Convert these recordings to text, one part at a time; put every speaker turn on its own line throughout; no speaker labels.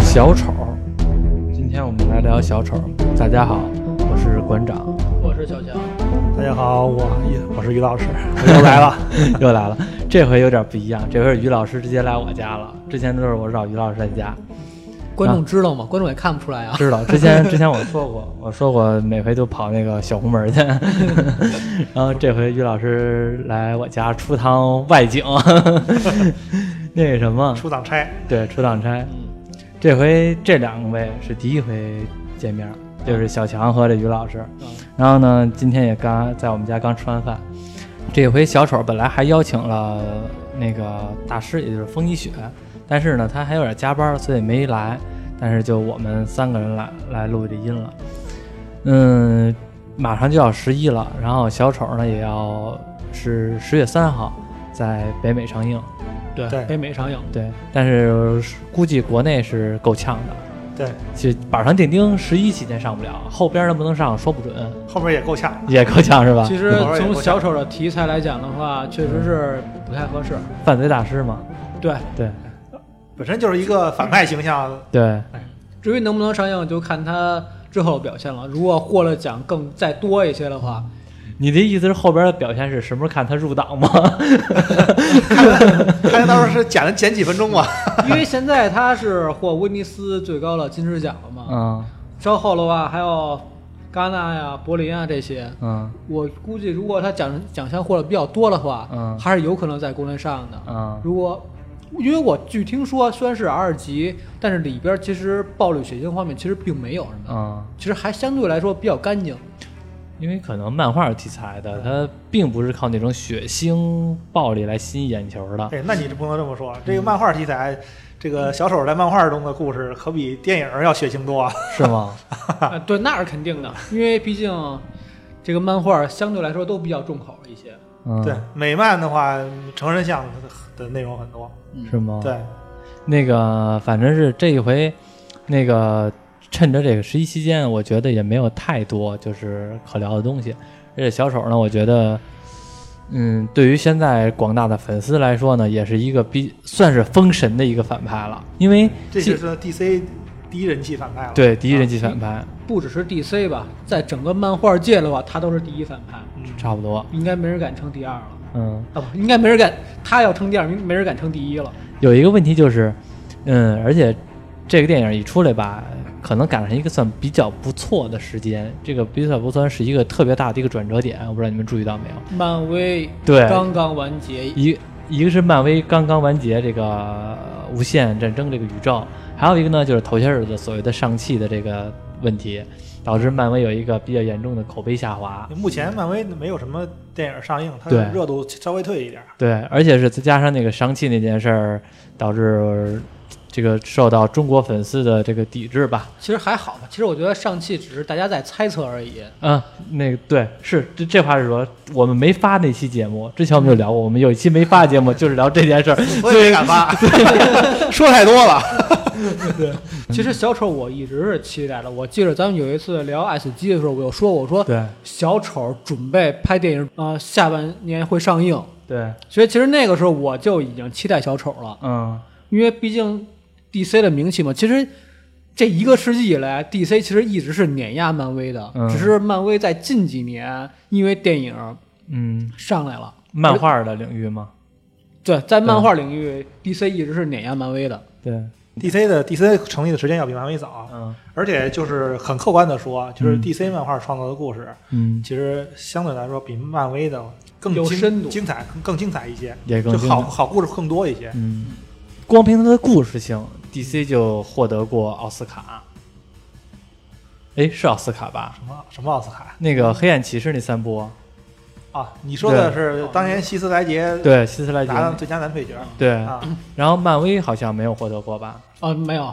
小丑。今天我们来聊小丑。大家好，我是馆长，
我是小强，
大家好，我我是于老 师，我又来了。
又来了。这回有点不一样，这回是于老师直接来我家了。之前都是我找于老师在 家。
观众知道吗？观众也看不出来啊。
知道，之前之前我说过，我说过每回都跑那个小红门去， 然后这回于老师来我家出趟外景， 那个什么，
出档差，
对，出趟差。这回这两位是第一回见面，就是小强和这于老师。
啊
然后呢，今天也刚在我们家刚吃完饭。这回小丑本来还邀请了那个大师，也就是风一雪，但是呢，他还有点加班，所以没来。但是就我们三个人来来录这音了。嗯，马上就要十一了，然后小丑呢也要是十月三号在北美上映。
对
对
北美上映，
对，但是估计国内是够呛的。
对，
就板上钉钉，十一期间上不了，后边能不能上说不准，
后面也够呛。
也够呛是吧？
其实从小丑的题材来讲的话，确实是不太合适。
犯罪大师嘛，
对，
对
本身就是一个反派形象，
对
至于能不能上映，就看他之后的表现了。如果获了奖更再多一些的 话，
你的意思是后边的表现是什么时候看他入党吗？
看他到时候是剪了剪几分钟 吧。
因为现在他是获威尼斯最高的金狮奖了嘛。
嗯
稍后的话还有戛纳呀、柏林啊这些，
嗯
我估计如果他奖奖项获得比较多的话，
嗯
还是有可能在国内上的。
嗯
如果因为我据听说虽然是 R 级，但是里边其实暴力血腥方面其实并没有什么，
嗯，
其实还相对来说比较干净。
因为可能漫画题材的，它并不是靠那种血腥暴力来吸引眼球的。
对，哎那你这不能这么说。这个漫画题材，这个小丑在漫画中的故事可比电影要血腥多啊。
是吗？
啊，对，那是肯定的，因为毕竟这个漫画相对来说都比较重口一些。
嗯，
对，美漫的话，成人向的内容很多。
是吗？
对，
那个反正是这一回，那个趁着这个十一期间，我觉得也没有太多就是可聊的东西。而且小丑呢，我觉得，嗯，对于现在广大的粉丝来说呢，也是一个比算是封神的一个反派了，因为
这
既
就是 DC 第一人气反派了。
对第一人气反派、
啊
不只是 DC 吧，在整个漫画界的话，他都是第一反派，
嗯
差不多，
应该没人敢称第二了。
嗯，
啊，不，应该没人敢，他要称第二，没人敢称第一了。
有一个问题就是，嗯，而且这个电影一出来吧，可能赶上一个算比较不错的时间，这个比较不算是一个特别大的一个转折点，我不知道你们注意到没有。
漫威
对
刚刚完结，
一一个是漫威刚刚完结这个呃无限战争这个宇宙，还有一个呢就是头些日子所谓的上汽的这个问题，导致漫威有一个比较严重的口碑下滑。
嗯目前漫威没有什么电影上映，它
对
热度稍微退一点。
对，而且是再加上那个上汽那件事儿，导致这个受到中国粉丝的这个抵制吧。
其实还好吧。其实我觉得上汽只是大家在猜测而已。
嗯，那个对，是这这话是说，我们没发那期节目，之前我们就聊过，我们有一期没发节目就是聊这件事儿，
我也没敢发， 说太多了。
其
嗯
实小丑我一直是期待的。我记得咱们有一次聊 S 级的时候，我有说过，我说
对
小丑准备拍电影，呃，下半年会上映。
对，
所以其实那个时候我就已经期待小丑了，
嗯，
因为毕竟 DC 的名气嘛。其实这一个世纪以来，DC 其实一直是碾压漫威的，
嗯
只是漫威在近几年因为电影
嗯，
上来了。
漫画的领域吗？
对，在漫画领
嗯
域，DC 一直是碾压漫威的。
对，
DC 的 DC 成立的时间要比漫威早，
嗯
而且就是很客观的说，就是
嗯
DC 漫画创造的故事，
嗯，
其实相对来说比漫威的更
有
精
深度
精彩、更更精彩一些，
也更
就
精
好
彩
好故事更多一些。
嗯，光凭它的故事性，DC 就获得过奥斯卡。哎，是奥斯卡吧？
什么什么奥斯卡
那个《黑暗骑士》那三部，
啊？你说的是当年希斯莱杰
对，希斯莱杰
拿到
那，
最佳男配角
对。
啊？
然后漫威好像没有获得过吧？
啊，没有，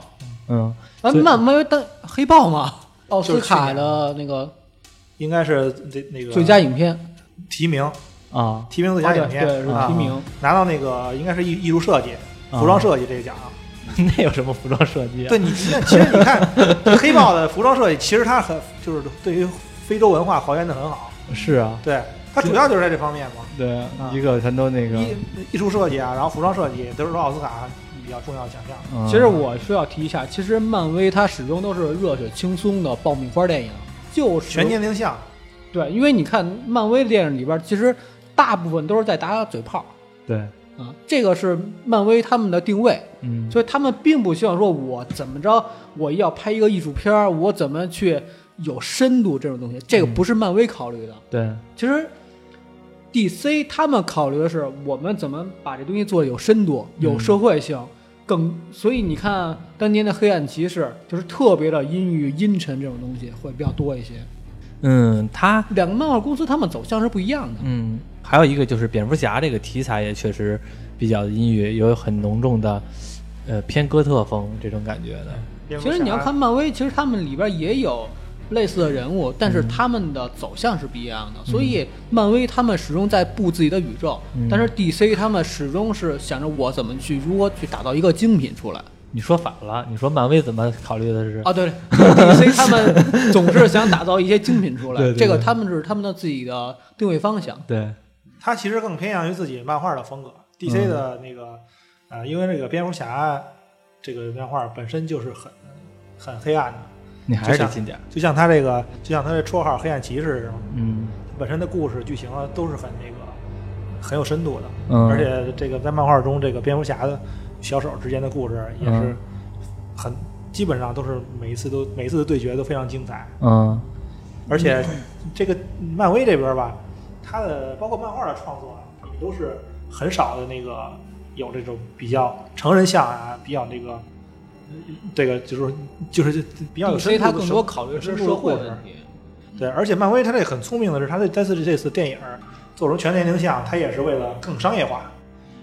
嗯，
啊，
所以
漫漫威当黑豹嘛，奥斯
就是去
卡
年
的那个
应该是这那个
最佳影片，
提名，
啊
提名最
啊
佳
对
影片
对，是
啊
提名。
拿到那个应该是艺艺术设计、服装设计这个奖。
那有什么服装设计、啊？
对你，那其实你看， 黑豹的服装设计其实它很就是对于非洲文化还原的很好，
是啊，
对，它主要就是在这方面嘛。
对，一个全都那个，
啊艺艺术设计啊，然后服装设计都是奥斯卡比较重要奖项。
嗯
其实我需要提一下，其实漫威它始终都是热血轻松的爆米花电影，就是
全年龄向，
对，因为你看漫威电影里边，其实大部分都是在打嘴炮
对，
啊，这个是漫威他们的定位，
嗯，
所以他们并不希望说我怎么着，我要拍一个艺术片儿，我怎么去有深度这种东西，这个不是漫威考虑的。
对，
其实 DC 他们考虑的是我们怎么把这东西做的有深度、
嗯
有社会性，更所以你看当年的黑暗骑士就是特别的阴郁、阴沉这种东西会比较多一些。
嗯，他，
两个漫画公司他们走向是不一样的。
嗯，还有一个就是蝙蝠侠这个题材也确实比较阴郁，有很浓重的，呃，偏哥特风这种感觉的。
蝙蝠
其实你
侠
要看漫威，其实他们里边也有类似的人物，但
嗯
是他们的走向是不一样的。所以漫威他们始终在布自己的宇宙，
嗯
但是 DC 他们始终是想着我怎么去如何去打造一个精品出来。
你说反了，你说漫威怎么考虑的是？
啊，对 对，DC 他们总是想打造一些精品出来，
对对对
这个他们是他们的自己的定位方向。
对，
他其实更偏向于自己漫画的风格。DC 的
嗯
那个，呃，因为这个蝙蝠侠这个漫画本身就是很很黑暗的，
你还是得
就像
近点儿。
就像他这个，就像他这绰号黑暗骑士似的，
嗯
本身的故事剧情啊都是很那个很有深度的，
嗯，
而且这个在漫画中，这个蝙蝠侠的小手之间的故事也是
嗯
很、基本上都是每一次都每一次的对决都非常精彩，
嗯
而且
嗯
这个漫威这边吧，它的包括漫画的创作啊也都是很少的那个有这种比较成人向啊，比较那个嗯这个就是就是比较有深
DC
度的
他更多考虑的是社会问题。
对，而且漫威它这很聪明的是，它这这次这次电影儿做成全年龄向，它也是为了更商业化。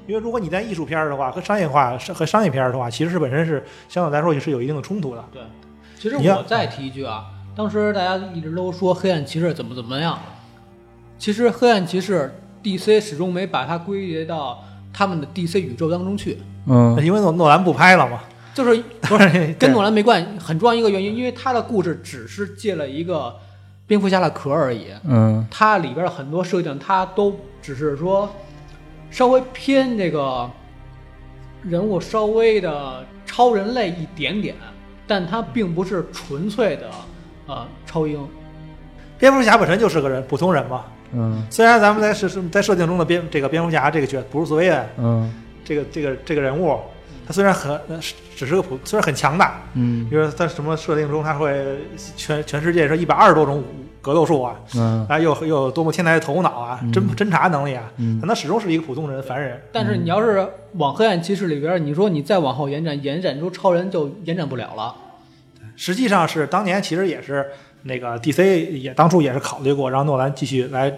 因为如果你在艺术片儿的话，和商业化是和商业片儿的话，其实是本身是相对来说也是有一定的冲突的。
对，其实
你要
我再提一句啊，当时大家一直都说黑暗骑士怎么怎么样，其实黑暗骑士 DC 始终没把它归结到他们的 DC 宇宙当中去，
嗯
因为诺诺兰不拍了嘛，
就是
不是
跟诺兰没关系，很重要一个原因，因为他的故事只是借了一个蝙蝠侠的壳而已，
嗯
它里边的很多设定，它都只是说稍微偏这个人物稍微的超人类一点点，但它并不是纯粹的呃超英。
蝙蝠侠本身就是个人普通人嘛。
嗯
虽然咱们在设在设定中的蝙这个蝙蝠侠这个角布鲁斯韦恩
嗯
这个这个这个人物，他虽然很呃是只是个普，虽然很强大，
嗯
比如说他什么设定中他会全全世界是一百二十多种格斗术啊，
嗯
啊，又又有多么天才的头脑啊，
嗯
侦侦查能力啊，
嗯
但他始终是一个普通人、凡人。
但是你要是往黑暗骑士里边，你说你再往后延展，延展出超人就延展不了了。
实际上是当年其实也是那个 DC 也当初也是考虑过让诺兰继续来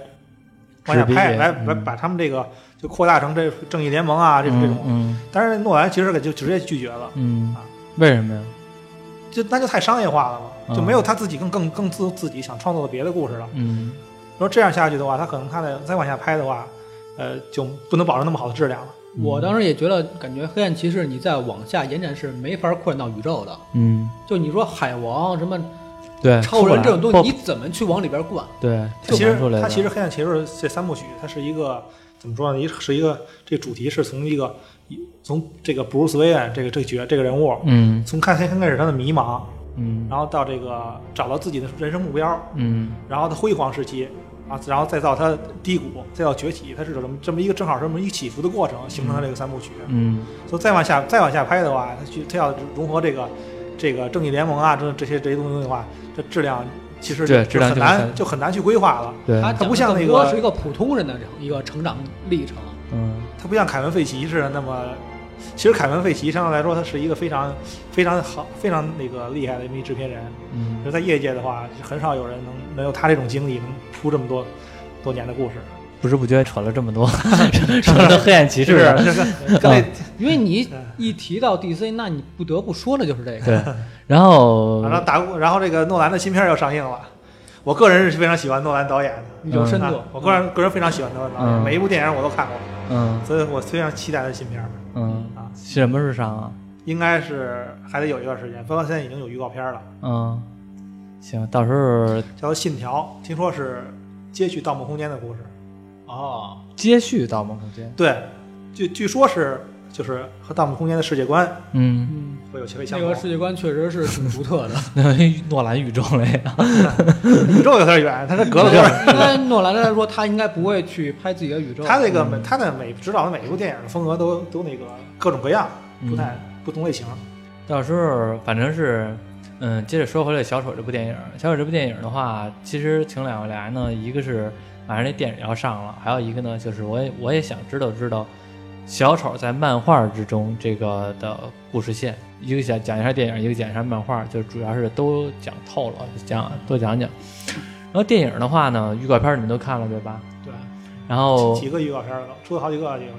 往下
指
拍，
笔
来
嗯
把把他们这个就扩大成这正义联盟啊，这这种。
嗯
但是诺兰其实给就直接拒绝了，
嗯，为什么呀？
就那就太商业化了嘛，
嗯
就没有他自己更更更自自己想创作的别的故事了。
嗯
如果这样下去的话，他可能他的再往下拍的话，呃，就不能保证那么好的质量了。
嗯
我当时也觉得，感觉黑暗骑士你再往下延展是没法扩展到宇宙的。
嗯，
就你说海王什么
对，
超人这种东
破
西，你怎么去往里边灌？
对，
它其
挺
实
难出来的
它其实黑暗骑士这三部曲，它是一个怎么说呢？一是一个这个主题是从一个从这个布鲁斯韦恩这个这个角这个人物，
嗯
从开刚开始他的迷茫，
嗯
然后到这个找到自己的人生目标，
嗯
然后他辉煌时期啊，然后再到他低谷，再到崛起，它是这么这么一个正好这么一个起伏的过程，形成了这个三部曲。
嗯
所以再往下再往下拍的话，它去它要融合这个这个正义联盟啊这这些这些东西的话，这质量其实
对
就
质量
很
就
难
很
就很难去规划了。
对，
他
它不像那个
是一个普通人的一个成长历程。
嗯
他不像凯文·费奇似的那么，其实凯文·费奇相对来说他是一个非常非常好、非常那个厉害的一名制片人。
嗯
就在业界的话，是很少有人能能有他这种经历，能铺这么多多年的故事。
不知不觉扯了这么多，扯了黑暗骑
其
士
实，
了。
这个
嗯
因为你
嗯
一提到 DC，那你不得不说的就是这个。
对，然后
然后打过，然后这个诺兰的新片要上映了。我个人是非常喜欢诺兰导演的，
有深度
啊，我个人个人非常喜欢诺兰导演，
嗯
每一部电影我都看过，
嗯
所以我非常期待他的新片儿。
嗯
啊，
什么时候上啊？
应该是还得有一段时间，包括现在已经有预告片了，
嗯，行，到时候
叫做《信条》，听说是接续《盗梦空间》的故事。
哦，
接续《盗梦空间》。
对，据据说是就是和《盗梦空间》的世界观
嗯，
嗯，
会有些微相
那
同
个。世界观确实是挺独特的。
那诺兰宇宙类的，
宇宙有点远，它这隔 了多少？
因为诺兰来说，他应该不会去拍自己的宇宙。嗯
他那个每他的每指导的每一部电影的风格都都那个各种各样，不太不同类型。
到时候反正是，嗯，接着说回来，小丑这部电影，小丑这部电影的话，其实请两位来呢，一个是马上那电影要上了，还有一个呢，就是我也我也想知道知道小丑在漫画之中这个的故事线，一个讲讲一下电影，一个讲一下漫画，就主要是都讲透了，讲多讲讲。然后电影的话呢，预告片你们都看了对吧？
对，
然后
几几个预告片儿了，出了好几个预告片儿了，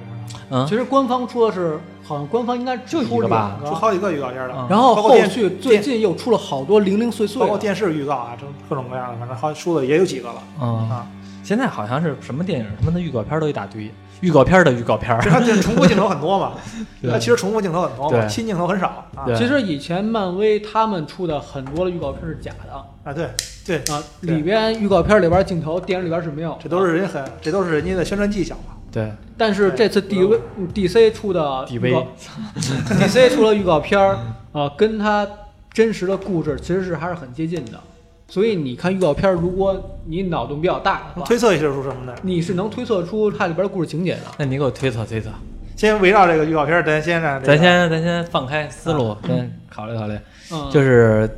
嗯
其，实官方说的是，好像官方应该就
一个吧
出好几个预告片儿了
嗯，
然后
包括
后
电
续最近又出了好多零零碎碎
包括
的，
电视预告啊，这各种各样的，反正好出的也有几个了
嗯，
啊。
现在好像是什么电影他妈的预告片都一大堆，预告片的预告片
其。实它这重复镜头很 多嘛，
对
它其实重复镜头很多嘛，
对
新镜头很少啊
对
其实以前漫威他们出的很多的预告片是假的
啊，对对，
啊，
对
里边预告片里边镜头，电影里边是没有的。
这都是人家很这都是人家的宣传技巧嘛。
对，
但是这次 D V D C 出的
DV
D C 出的预告片儿，
嗯
呃，跟它真实的故事其实是还是很接近的。所以你看预告片儿，如果你脑洞比较大的
能
话，
推测一下是什么呢？
你是能推测出它里边故事情节的。
那你给我推测推测，
先围绕这个预告片儿，咱先让这个啊
咱先咱先放开思路，先考虑考虑。
嗯，
就是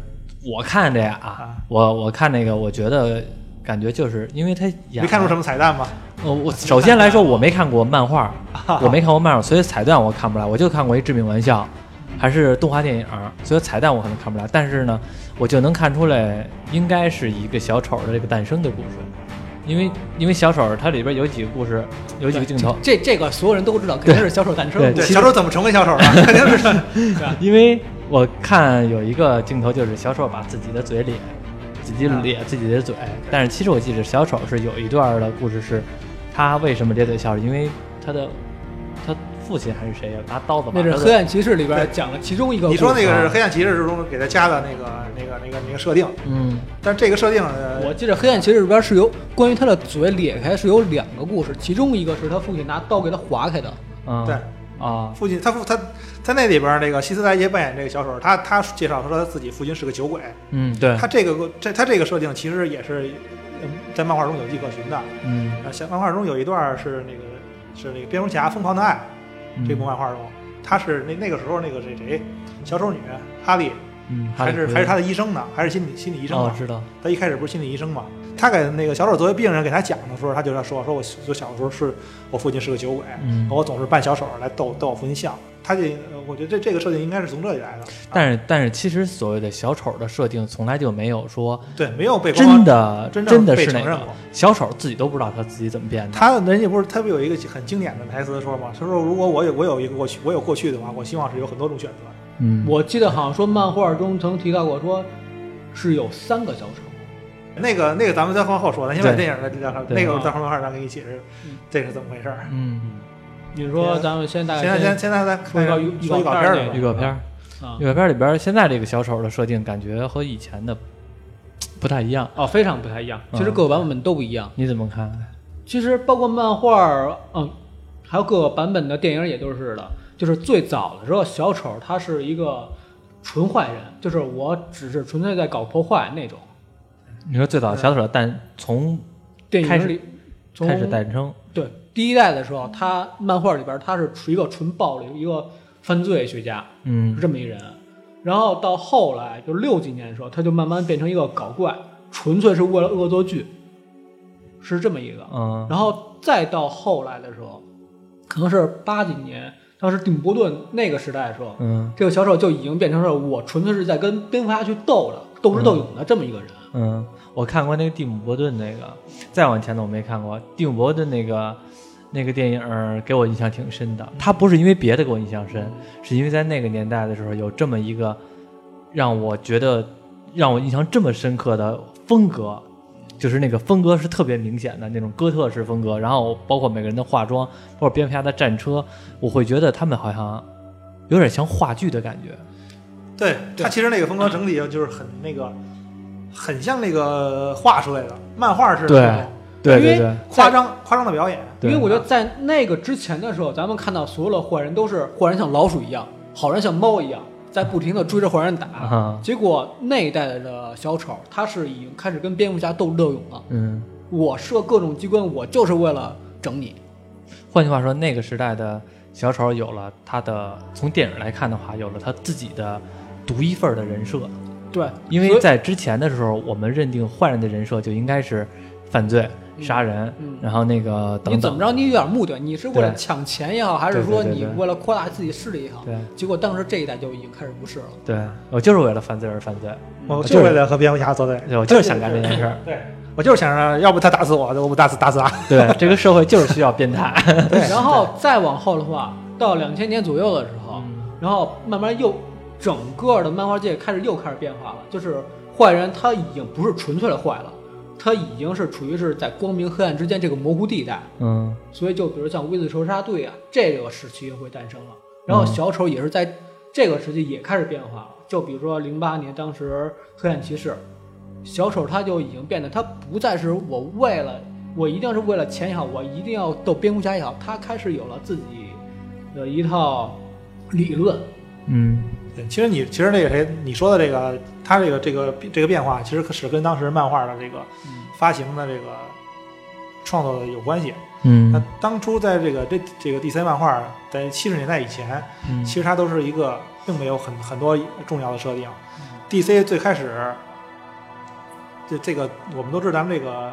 我看这啊
啊，
我我看那个，我觉得感觉就是因为他演
没看出什么彩蛋吗？
呃，我首先来说，我没看过漫画，
啊
我没看过漫画，所以彩蛋我看不来，我就看过一《致命玩笑》，还是动画电影，所以彩蛋我可能看不来。但是呢，我就能看出来，应该是一个小丑的这个诞生的故事，因为因为小丑它里边有几个故事，有几个镜头，
这这个所有人都知道，肯定是小丑诞生。
对
对，
其实
小丑怎么成为小丑的？啊 肯定是
因为我看有一个镜头就是小丑把自己的嘴咧，自己咧自己的嘴，但是其实我记得小丑是有一段的故事是，他为什么咧嘴笑，是因为他的他父亲还是谁呀拿刀子把
那
他
是
的
黑暗骑士里边讲了其中一个故
你
事。
说那个
啊
是黑暗骑士之中给他加的那个那个那个那个设定，
嗯
但这个设定呃
我记得黑暗骑士里边是有关于他的嘴裂开是有两个故事，其中一个是他父亲拿刀给他划开的。
嗯
对
啊
父亲他父他他那里边那个希斯莱杰扮演这个小丑，他他介绍说他自己父亲是个酒鬼，
嗯对
他这个这他这个设定其实也是嗯在漫画中有迹可循的。
嗯
啊，像漫画中有一段是那个是那个蝙蝠侠疯狂的爱这部漫画中，他是那那个时候那个谁谁小丑女哈利
嗯
还是还是他的医生呢，还是心理心理医
医
生
哦
呢？
知道
他一开始不是心理医生嘛？他给那个小丑作为病人给他讲的时候，他就在说说我我小的时候是我父亲是个酒鬼，
嗯，
我总是扮小丑来逗逗我父亲笑。他这呃我觉得这这个设定应该是从这里来的，啊
但是但是其实所谓的小丑的设定从来就没有说
对没有被官
真
方
的
真
真的
被
是
承
哪
认
个
过。
小丑自己都不知道他自己怎么变的，
他人家不是，他不有一个很经典的台词说嘛？他说如果我有我有一个过去，我有过去的话，我希望是有很多种选择。
嗯
我记得好像说漫画中曾提到过，说是有三个小丑，
那个那个，咱们再往后说，咱先把
对
电影的聊上，
对
那个到时候咱给你解释
啊嗯
这是怎么回事儿。
嗯
你说咱们先大概
现在
先
先现在咱
说一
看
个预
说预
预告
告
片
片
儿
儿
那
了
个
预告片儿。
啊
预告片里边儿现在这个小丑的设定感觉和以前的不太一样，
哦，非常不太一样。其实
嗯
各个版本都不一样。
你怎么看？
其实包括漫画，嗯，还有各个版本的电影也都是的。就是最早的时候，小丑他是一个纯坏人，就是我只是纯粹在搞破坏那种。
你说最早小丑的诞从
电影里从
开始诞生，
对第一代的时候，他漫画里边他是处于一个纯暴力、一个犯罪学家，
嗯
是这么一人。然后到后来就六几年的时候，他就慢慢变成一个搞怪，纯粹是为了恶作剧，是这么一个。
嗯
然后再到后来的时候，可能是八几年，当时定伯顿那个时代的时候，
嗯
这个小丑就已经变成了我纯粹是在跟蝙蝠侠去斗了，斗智斗勇的这么一个人。
嗯，我看过那个蒂姆·伯顿那个，再往前的我没看过。蒂姆·伯顿那个那个电影儿给我印象挺深的，他不是因为别的给我印象深，是因为在那个年代的时候有这么一个让我觉得让我印象这么深刻的风格，就是那个风格是特别明显的那种哥特式风格，然后包括每个人的化妆，包括蝙蝠侠的战车，我会觉得他们好像有点像话剧的感觉。
对
对
他其实那个风格整体就是很那个，很像那个画出来的漫画似的
对
那种，
对对
因
对
为
夸张夸张的表演，
因
对
为我觉得在那个之前的时候，咱们看到所有的坏人都是坏人像老鼠一样，好人像猫一样，在不停的追着坏人打。
啊，
结果那一代的小丑，他是已经开始跟蝙蝠侠斗智斗勇了。
嗯，
我设各种机关，我就是为了整你。
换句话说，那个时代的小丑有了他的，从电影来看的话，有了他自己的独一份儿的人设。
对，
因
所
为
以
在之前的时候，我们认定坏人的人设就应该是犯罪、杀人，
嗯
然后那个等
你怎
等
么。着，你有点目的，你是为了
对
抢钱也好，还是
对
说
对
你
对对
为了扩大自己势力也好？
对
结果当时这一代就已经开始不是了。
对，我就是为了犯罪而犯罪，
我
就
就是为了和蝙蝠侠作对，
对我就是想干这件事儿。
对我就是想让，要不他打死我，我不打死打死他。
对，这个社会就是需要变态。
对
然后再往后的话，到两千年左右的时候，
嗯
然后慢慢又整个的漫画界开始又开始变化了，就是坏人他已经不是纯粹的坏了，他已经是处于是在光明黑暗之间这个模糊地带，
嗯
所以就比如像 V 字仇杀队啊这个时期会诞生了，然后小丑也是在这个时期也开始变化了，就比如说零八年当时黑暗骑士，小丑他就已经变得他不再是我为了我一定是为了钱也好，我一定要斗蝙蝠侠也好，他开始有了自己的一套理论，
嗯，
对其实你其实那个谁你说的这个他这个这个这个变化，其实是跟当时漫画的这个发行的这个创作的有关系。那
嗯
当初在这个这这个 DC 漫画在七十年代以前，
嗯
其实它都是一个并没有很很多重要的设定。DC
嗯
最开始，这这个我们都知道，咱们这个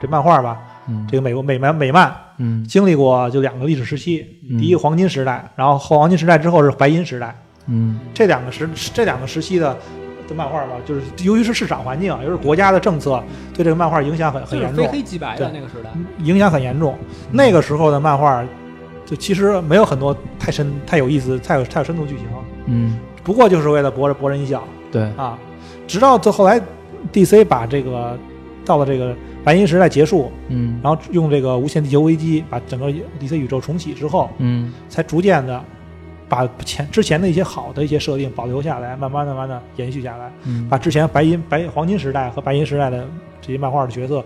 这漫画吧，
嗯
这个美国美漫美漫
嗯
经历过就两个历史时期，
嗯
第一个黄金时代，然后后黄金时代之后是白银时代，
嗯
这两个时这两个时期的。的漫画吧，就是由于是市场环境，啊由于是国家的政策对这个漫画影响很
就
很
是
严重
非，黑即白的那个时代。
影响很严重。那个时候的漫画，就其实没有很多太深、太有意思、太有太有深度剧情，
嗯，
不过就是为了博人博人一笑
对，
啊。直到最后来，DC 把这个到了这个白银时代结束，
嗯
然后用这个无限地球危机把整个 DC 宇宙重启之后，
嗯
才逐渐的把前之前的一些好的一些设定保留下来，慢慢慢慢的延续下来，
嗯
把之前白银白黄金时代和白银时代的这些漫画的角色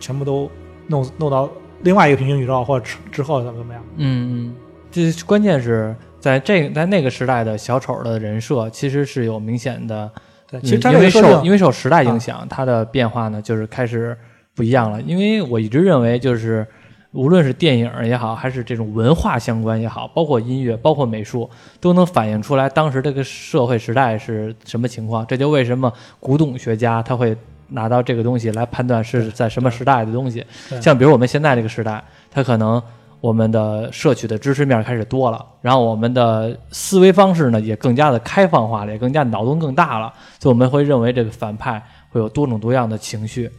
全部都弄弄到另外一个平行宇宙，或者之之后怎么怎么样。
嗯，嗯，这关键是在这在那个时代的小丑的人设其实是有明显的，
对，
嗯
其实它
因
这
为
个设
受因
定，
为受时代
啊
影响，它的变化呢就是开始不一样了。因为我一直认为就是。无论是电影也好，还是这种文化相关也好，包括音乐、包括美术，都能反映出来当时这个社会时代是什么情况。这就为什么古董学家他会拿到这个东西来判断是在什么时代的东西。
对
像比如我们现在这个时代，它可能我们的摄取的知识面开始多了，然后我们的思维方式呢也更加的开放化了，也更加脑洞更大了，所以我们会认为这个反派会有多种多样的情绪，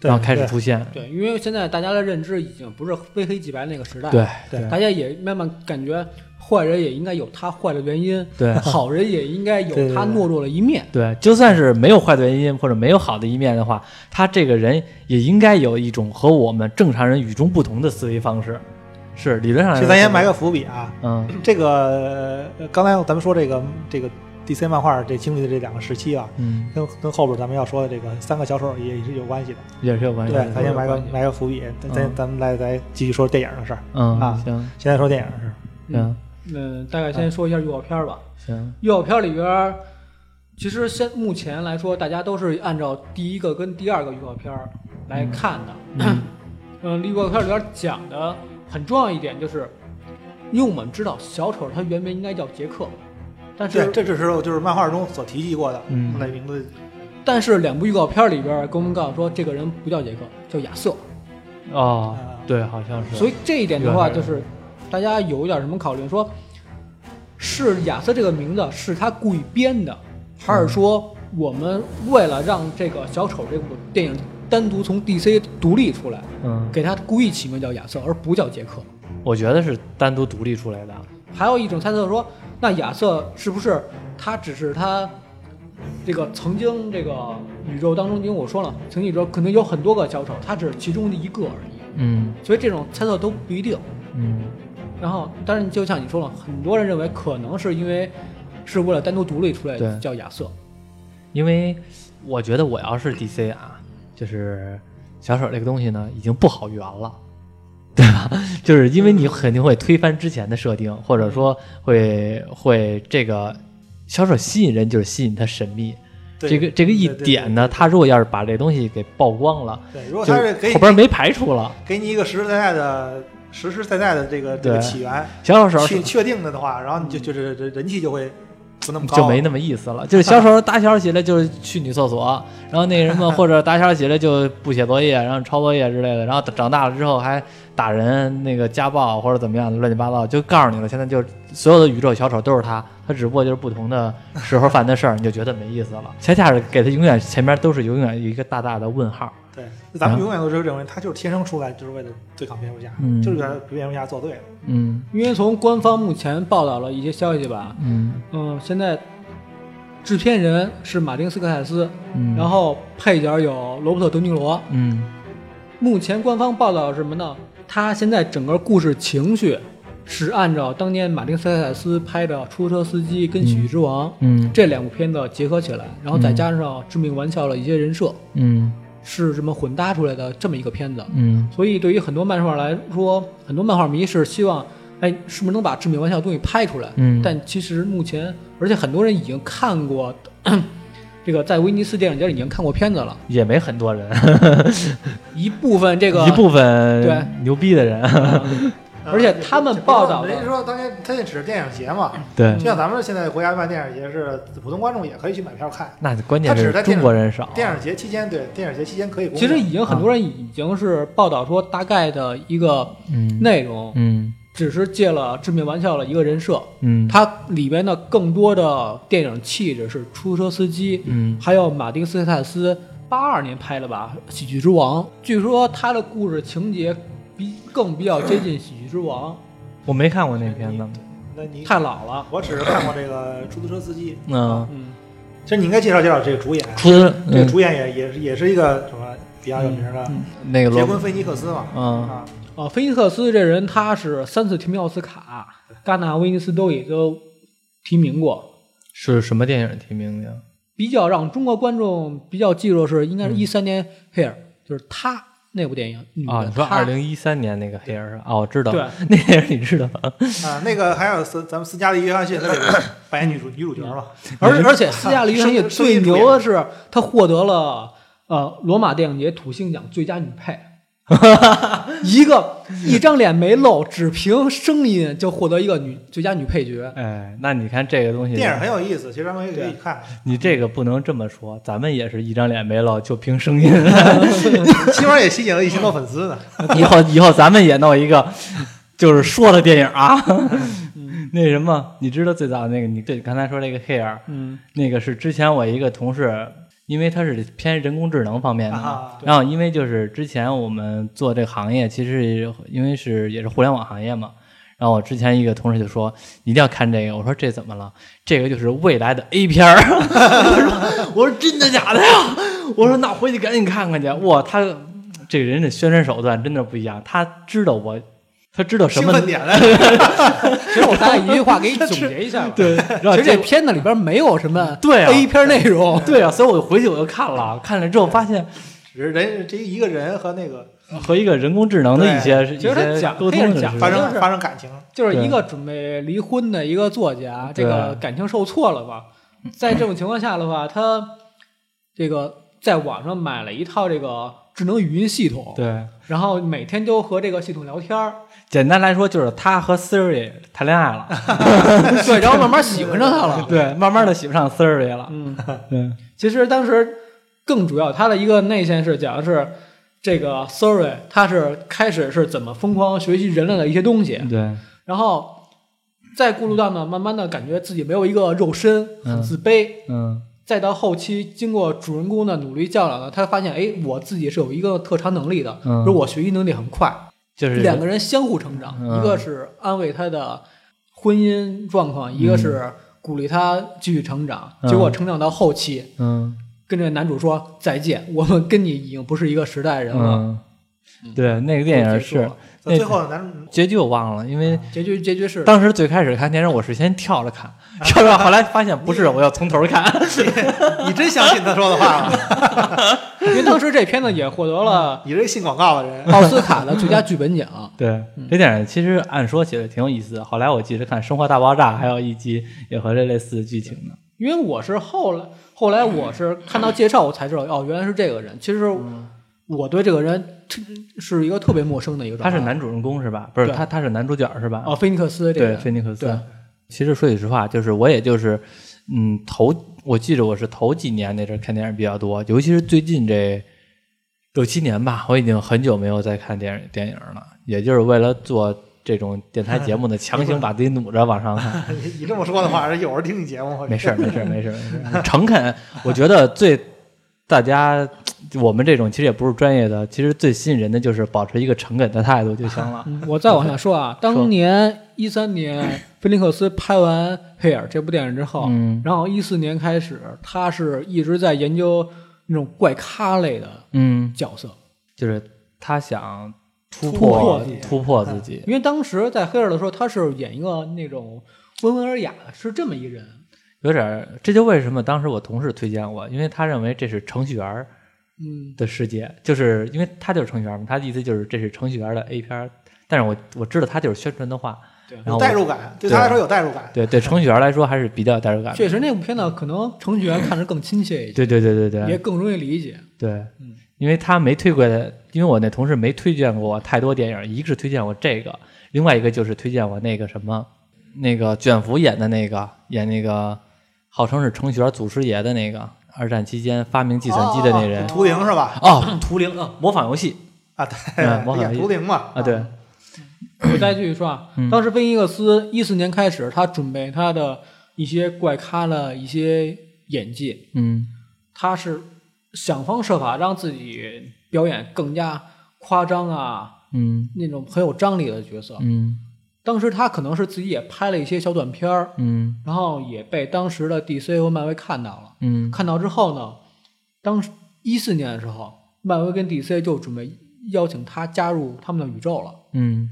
对
然后开始出现。
对，因为现在大家的认知已经不是非黑即白那个时代了。
对
对
大家也慢慢感觉坏人也应该有他坏的原因，
对
好人也应该有
对对
他
对
懦弱的一面。
对，就算是没有坏的原因或者没有好的一面的话，他这个人也应该有一种和我们正常人与众不同的思维方式。是理论上来说，
其实咱先埋个伏笔啊，
嗯
这个呃刚才咱们说这个这个 DC 漫画这经历的这两个时期啊，
嗯，
跟跟后边咱们要说的这个三个小丑也是有关系的。
也是啊有关系
对
的。，
咱先埋个
有关系
埋个伏笔，咱咱
嗯
咱们来来继续说电影的事儿。
嗯
啊
行
现在说电影的事儿，
行
嗯，大概先说一下预告片吧。
行，
预告片里边儿，其实现目前来说，大家都是按照第一个跟第二个预告片儿来看的。
嗯
嗯，预告片里边讲的很重要一点就是，因为我们知道小丑他原名应该叫杰克，但是
对，这只是就是漫画中所提及过的，
嗯
那名字
但是两部预告片里边儿跟我们告诉说，这个人不叫杰克，叫亚瑟。
哦
啊，
对，好像是。
所
以
以这一点的话，
原来
就
如
是大家有一点什么考虑，说是亚瑟这个名字是他故意编的，还
嗯
是说我们为了让这个小丑这部电影单独从 DC 独立出来，
嗯，
给他故意起名叫亚瑟，而不叫杰克？
我觉得是单独独立出来的。
还有一种猜测说，那亚瑟是不是他只是他这个曾经这个宇宙当中，因为我说了，曾经宇宙可能有很多个小丑，他只是其中的一个而已，
嗯
所以这种猜测都不一定。
嗯
然后，但是就像你说了，很多人认为可能是因为是为了单独独立出来
对
叫亚瑟，
因为我觉得我要是 DC 啊，就是小丑这个东西呢已经不好圆了， 对吧？就是因为你肯定会推翻之前的设定，或者说会会这个小丑吸引人就是吸引他神秘，
对
这个这个一
对对对
点呢，他如果要是把这东西给曝光了，
对，如果
就
他是给
后
你
边没排除了，
给你一个实实在在的、实实在在的这个这个
对
起源
小丑
确确定了的话，然后你就就是人人气就会不那么 高，
就没那么意思了。就是小丑打小起来就是去女厕所，然后那什 么或者打小起来就不写作业，然后抄作业之类的，然后长大了之后还打人、那个家暴或者怎么样乱七八糟，就告诉你了。现在就所有的宇宙小丑都是他，他只不过就是不同的时候犯的事儿，你就觉得没意思了。恰恰是给他永远前面都是永远有一个大大的问号。
对，咱们永远都是认为他就是天生出来就是为了对抗蝙蝠侠，
嗯
就是为了蝙蝠侠作对了。
嗯
因为从官方目前报道了一些消息吧，
嗯
嗯，现在制片人是马丁斯科塞斯，
嗯，
然后配角有罗伯特·德尼罗。
嗯
目前官方报道是什么呢？他现在整个故事情绪是按照当年马丁斯科塞斯拍的《出租车司机》跟《喜剧之王》
嗯
这两部片子结合起来，然后再加上《致命玩笑》的一些人设，
嗯
是这么混搭出来的这么一个片子。
嗯
所以对于很多漫画来说，很多漫画迷是希望，哎，是不是能把《致命玩笑》的东西拍出来？
嗯
但其实目前，而且很多人已经看过 这个在威尼斯电影节已经看过片子了，
也没很多人，
一部分这个
一部分
对
牛逼的人，
嗯而且他们
就就
报道的嗯
人家说当年他那只是电影节嘛，
对
就，像咱们现在国家办电影节是普通观众也可以去买票看，
哦
那关键
他只是在电
中国人少，
电影节期间对电影节期间可以公 映。
其实已经很多人已经是报道说大概的一个
嗯
内容，
嗯
只是借了《致命玩笑》的一个人设，
嗯
它里边的更多的电影气质是出租车司机，
嗯
还有马丁斯科塞斯八二年拍的吧，《喜剧之王》，据说他的故事情节比更比较接近《喜剧之王
我没看过那片子，
那你》，
太老了。
我只是看过这个出租车司机，
嗯，
嗯，
其实你应该介绍介绍这个主演，
出嗯
这个主演也也是也是一个什么比较有名
啊
嗯
的
那个
杰
罗
昆菲尼克斯嘛，
嗯
啊，
啊，菲尼克斯这人他是三次提名奥斯卡，戛纳、威尼斯都已经提名过。
是什么电影提名的呀？
比较让中国观众比较记住的是，应
嗯
该是一三年《Hair》，就是他那部电影。女的
啊，你说
她
二零一三年那个黑人是吧哦，我知道
对，
那电影你知道，
啊，那个还有斯咱们斯嘉丽约翰逊，她里 边扮演女主女主角嘛，
而而且斯嘉丽·约翰逊
声声音
最
主演
牛的是，她获得了呃罗马电影节土星奖最佳女配， 一个一张脸没露，只凭声音就获得一个女最佳女配角。
哎，那你看这个东西，
电影很有意思，其实咱们也可以
对
看。
你这个不能这么说，咱们也是一张脸没露，就凭声 音，
起码也吸引了一千多粉 丝呢。
以后以后咱们也弄一个，就是说的电影 啊，那什么，你知道最早那个，你对刚才说那个 hair，
嗯，
那个是之前我一个同事，因为他是偏人工智能方面的嘛，
啊
然后因为就是之前我们做这个行业，其实因为是也是互联网行业嘛，然后我之前一个同事就说你一定要看这个，我说这怎么了？这个就是未来的 A 片儿， 我说我说真的假的呀？我说那回去赶紧看看去。哇，他这个人的宣传手段真的不一样，他知道我，他知道什
兴
么
奋点了，
其实我大概一句话给你总结一下吧。
对，
其
然后
实
结
这
果
片子里边没有什么
对啊
A 片内容，
对啊，所以我回去我就看了，看了之后发现。
只是人这一个人和那个
和一个人工智能的一些一
其实他
些
讲
沟
他也
通
是
的
讲
事
发
情
生
就是
发生感情，
就是一个准备离婚的一个作家，这
对
个感情受挫了嘛。在这种情况下的话，他这个在网上买了一套这个智能语音系统，
对，
然后每天都和这个系统聊 天儿，
简单来说就是他和 Siri 谈恋爱 了，
对，然后慢慢喜欢上他了。
对，慢慢的喜不上 Siri 了，
嗯，
对，
其实当时更主要，他的一个内线是讲的是这个 Siri，他是开始是怎么疯狂学习人类的一些东西，
对，
然后再过渡到呢，慢慢的感觉自己没有一个肉身，很自卑。
嗯
再到后期，经过主人公的努力教导呢，他发现，哎，我自己是有一个特长能力的，
嗯
就是我学习能力很快。
就是
两个人相互成长，
嗯
一个是安慰他的婚姻状况，一个是鼓励他继续成长。
嗯
结果成长到后期，
嗯
跟这个男主说再见， 我们跟你已经不是一个时代人了。
嗯，对，那个电影
结
是
束了嗯
那
最 后男
结局我忘了，因为
结局，结局是
当时最开始看电影我是先跳着看， 跳
嗯
着后来发现不是，我要从头看，
你真相信他说的话吗？
因为当时这片子也获得了
你这信广告的
嗯
人，
奥斯卡的最佳剧本奖。
对
嗯，
这点其实按说写的挺有意思的。后来我记得看《生活大爆炸》，还有一集也和这类似的剧情呢。
因为我是后来后来我是看到介绍我才知道，哦，原来是这个人。其实
嗯
我对这个人特是一个特别陌生的一个
他
状态。
是男主人公是吧？不是
对
他，他是男主角是吧？
哦，菲尼克斯这
对，
个
啊
人
菲尼克
对
斯。其实说句实话，就是我也就是，嗯，头我记着我是头几年那阵儿看电影比较多，尤其是最近这六七年吧，我已经很久没有再看电影电影了，也就是为了做这种电台节目呢，强行把自己努着往上 看。
你你这么说 的话，有人听你节目
没事儿，没事儿，没事儿，没事儿。诚恳，我觉得最大家我们这种其实也不是专业的，其实最吸引人的就是保持一个诚恳的态度就行了。
嗯我再往下 说啊，当年一三年菲尼克斯拍完《黑尔》这部电影之后，
嗯
然后一四年开始，他是一直在研究那种怪咖类的
嗯，
角色，
就是他想突
突破
破
自己
突破自己，
因为当时在《黑尔》的时候，他是演一个那种温文尔雅的，是这么一人。
有点儿。这就为什么当时我同事推荐我，因为他认为这是程序员儿
嗯，
的世界，就是因为他就是程序员儿嘛，他的意思就是这是程序员儿的 A 片儿。但是我我知道他就是宣传的话，
对
然
有
后
代
我
入感，对他来说有代入感。
对对程序员儿来说还是比较有代入感的。
确实那部片子可能程序员看着更亲切一些，
对对对对对，
也更容易理解。
对
嗯，
因为他没推过的，因为我那同事没推荐过我太多电影，一个是推荐我这个，另外一个就是推荐我那个什么，那个卷福演的那个，演那个号称是程序员祖师爷的那个，二战期间发明计算机的那人
哦图灵是吧？
哦，图灵啊，模仿游戏
啊，对
嗯模，仿
演图灵嘛。
啊，对，
我再继续说啊，
嗯
当时菲尼克斯一四年开始，他准备他的一些怪咖的一些演技，
嗯
他是想方设法让自己表演更加夸张啊，
嗯
那种很有张力的角色。
嗯
当时他可能是自己也拍了一些小短片儿，
嗯
然后也被当时的 DC 和漫威看到了。
嗯
看到之后呢，当时一四年的时候，漫威跟 DC 就准备邀请他加入他们的宇宙了。
嗯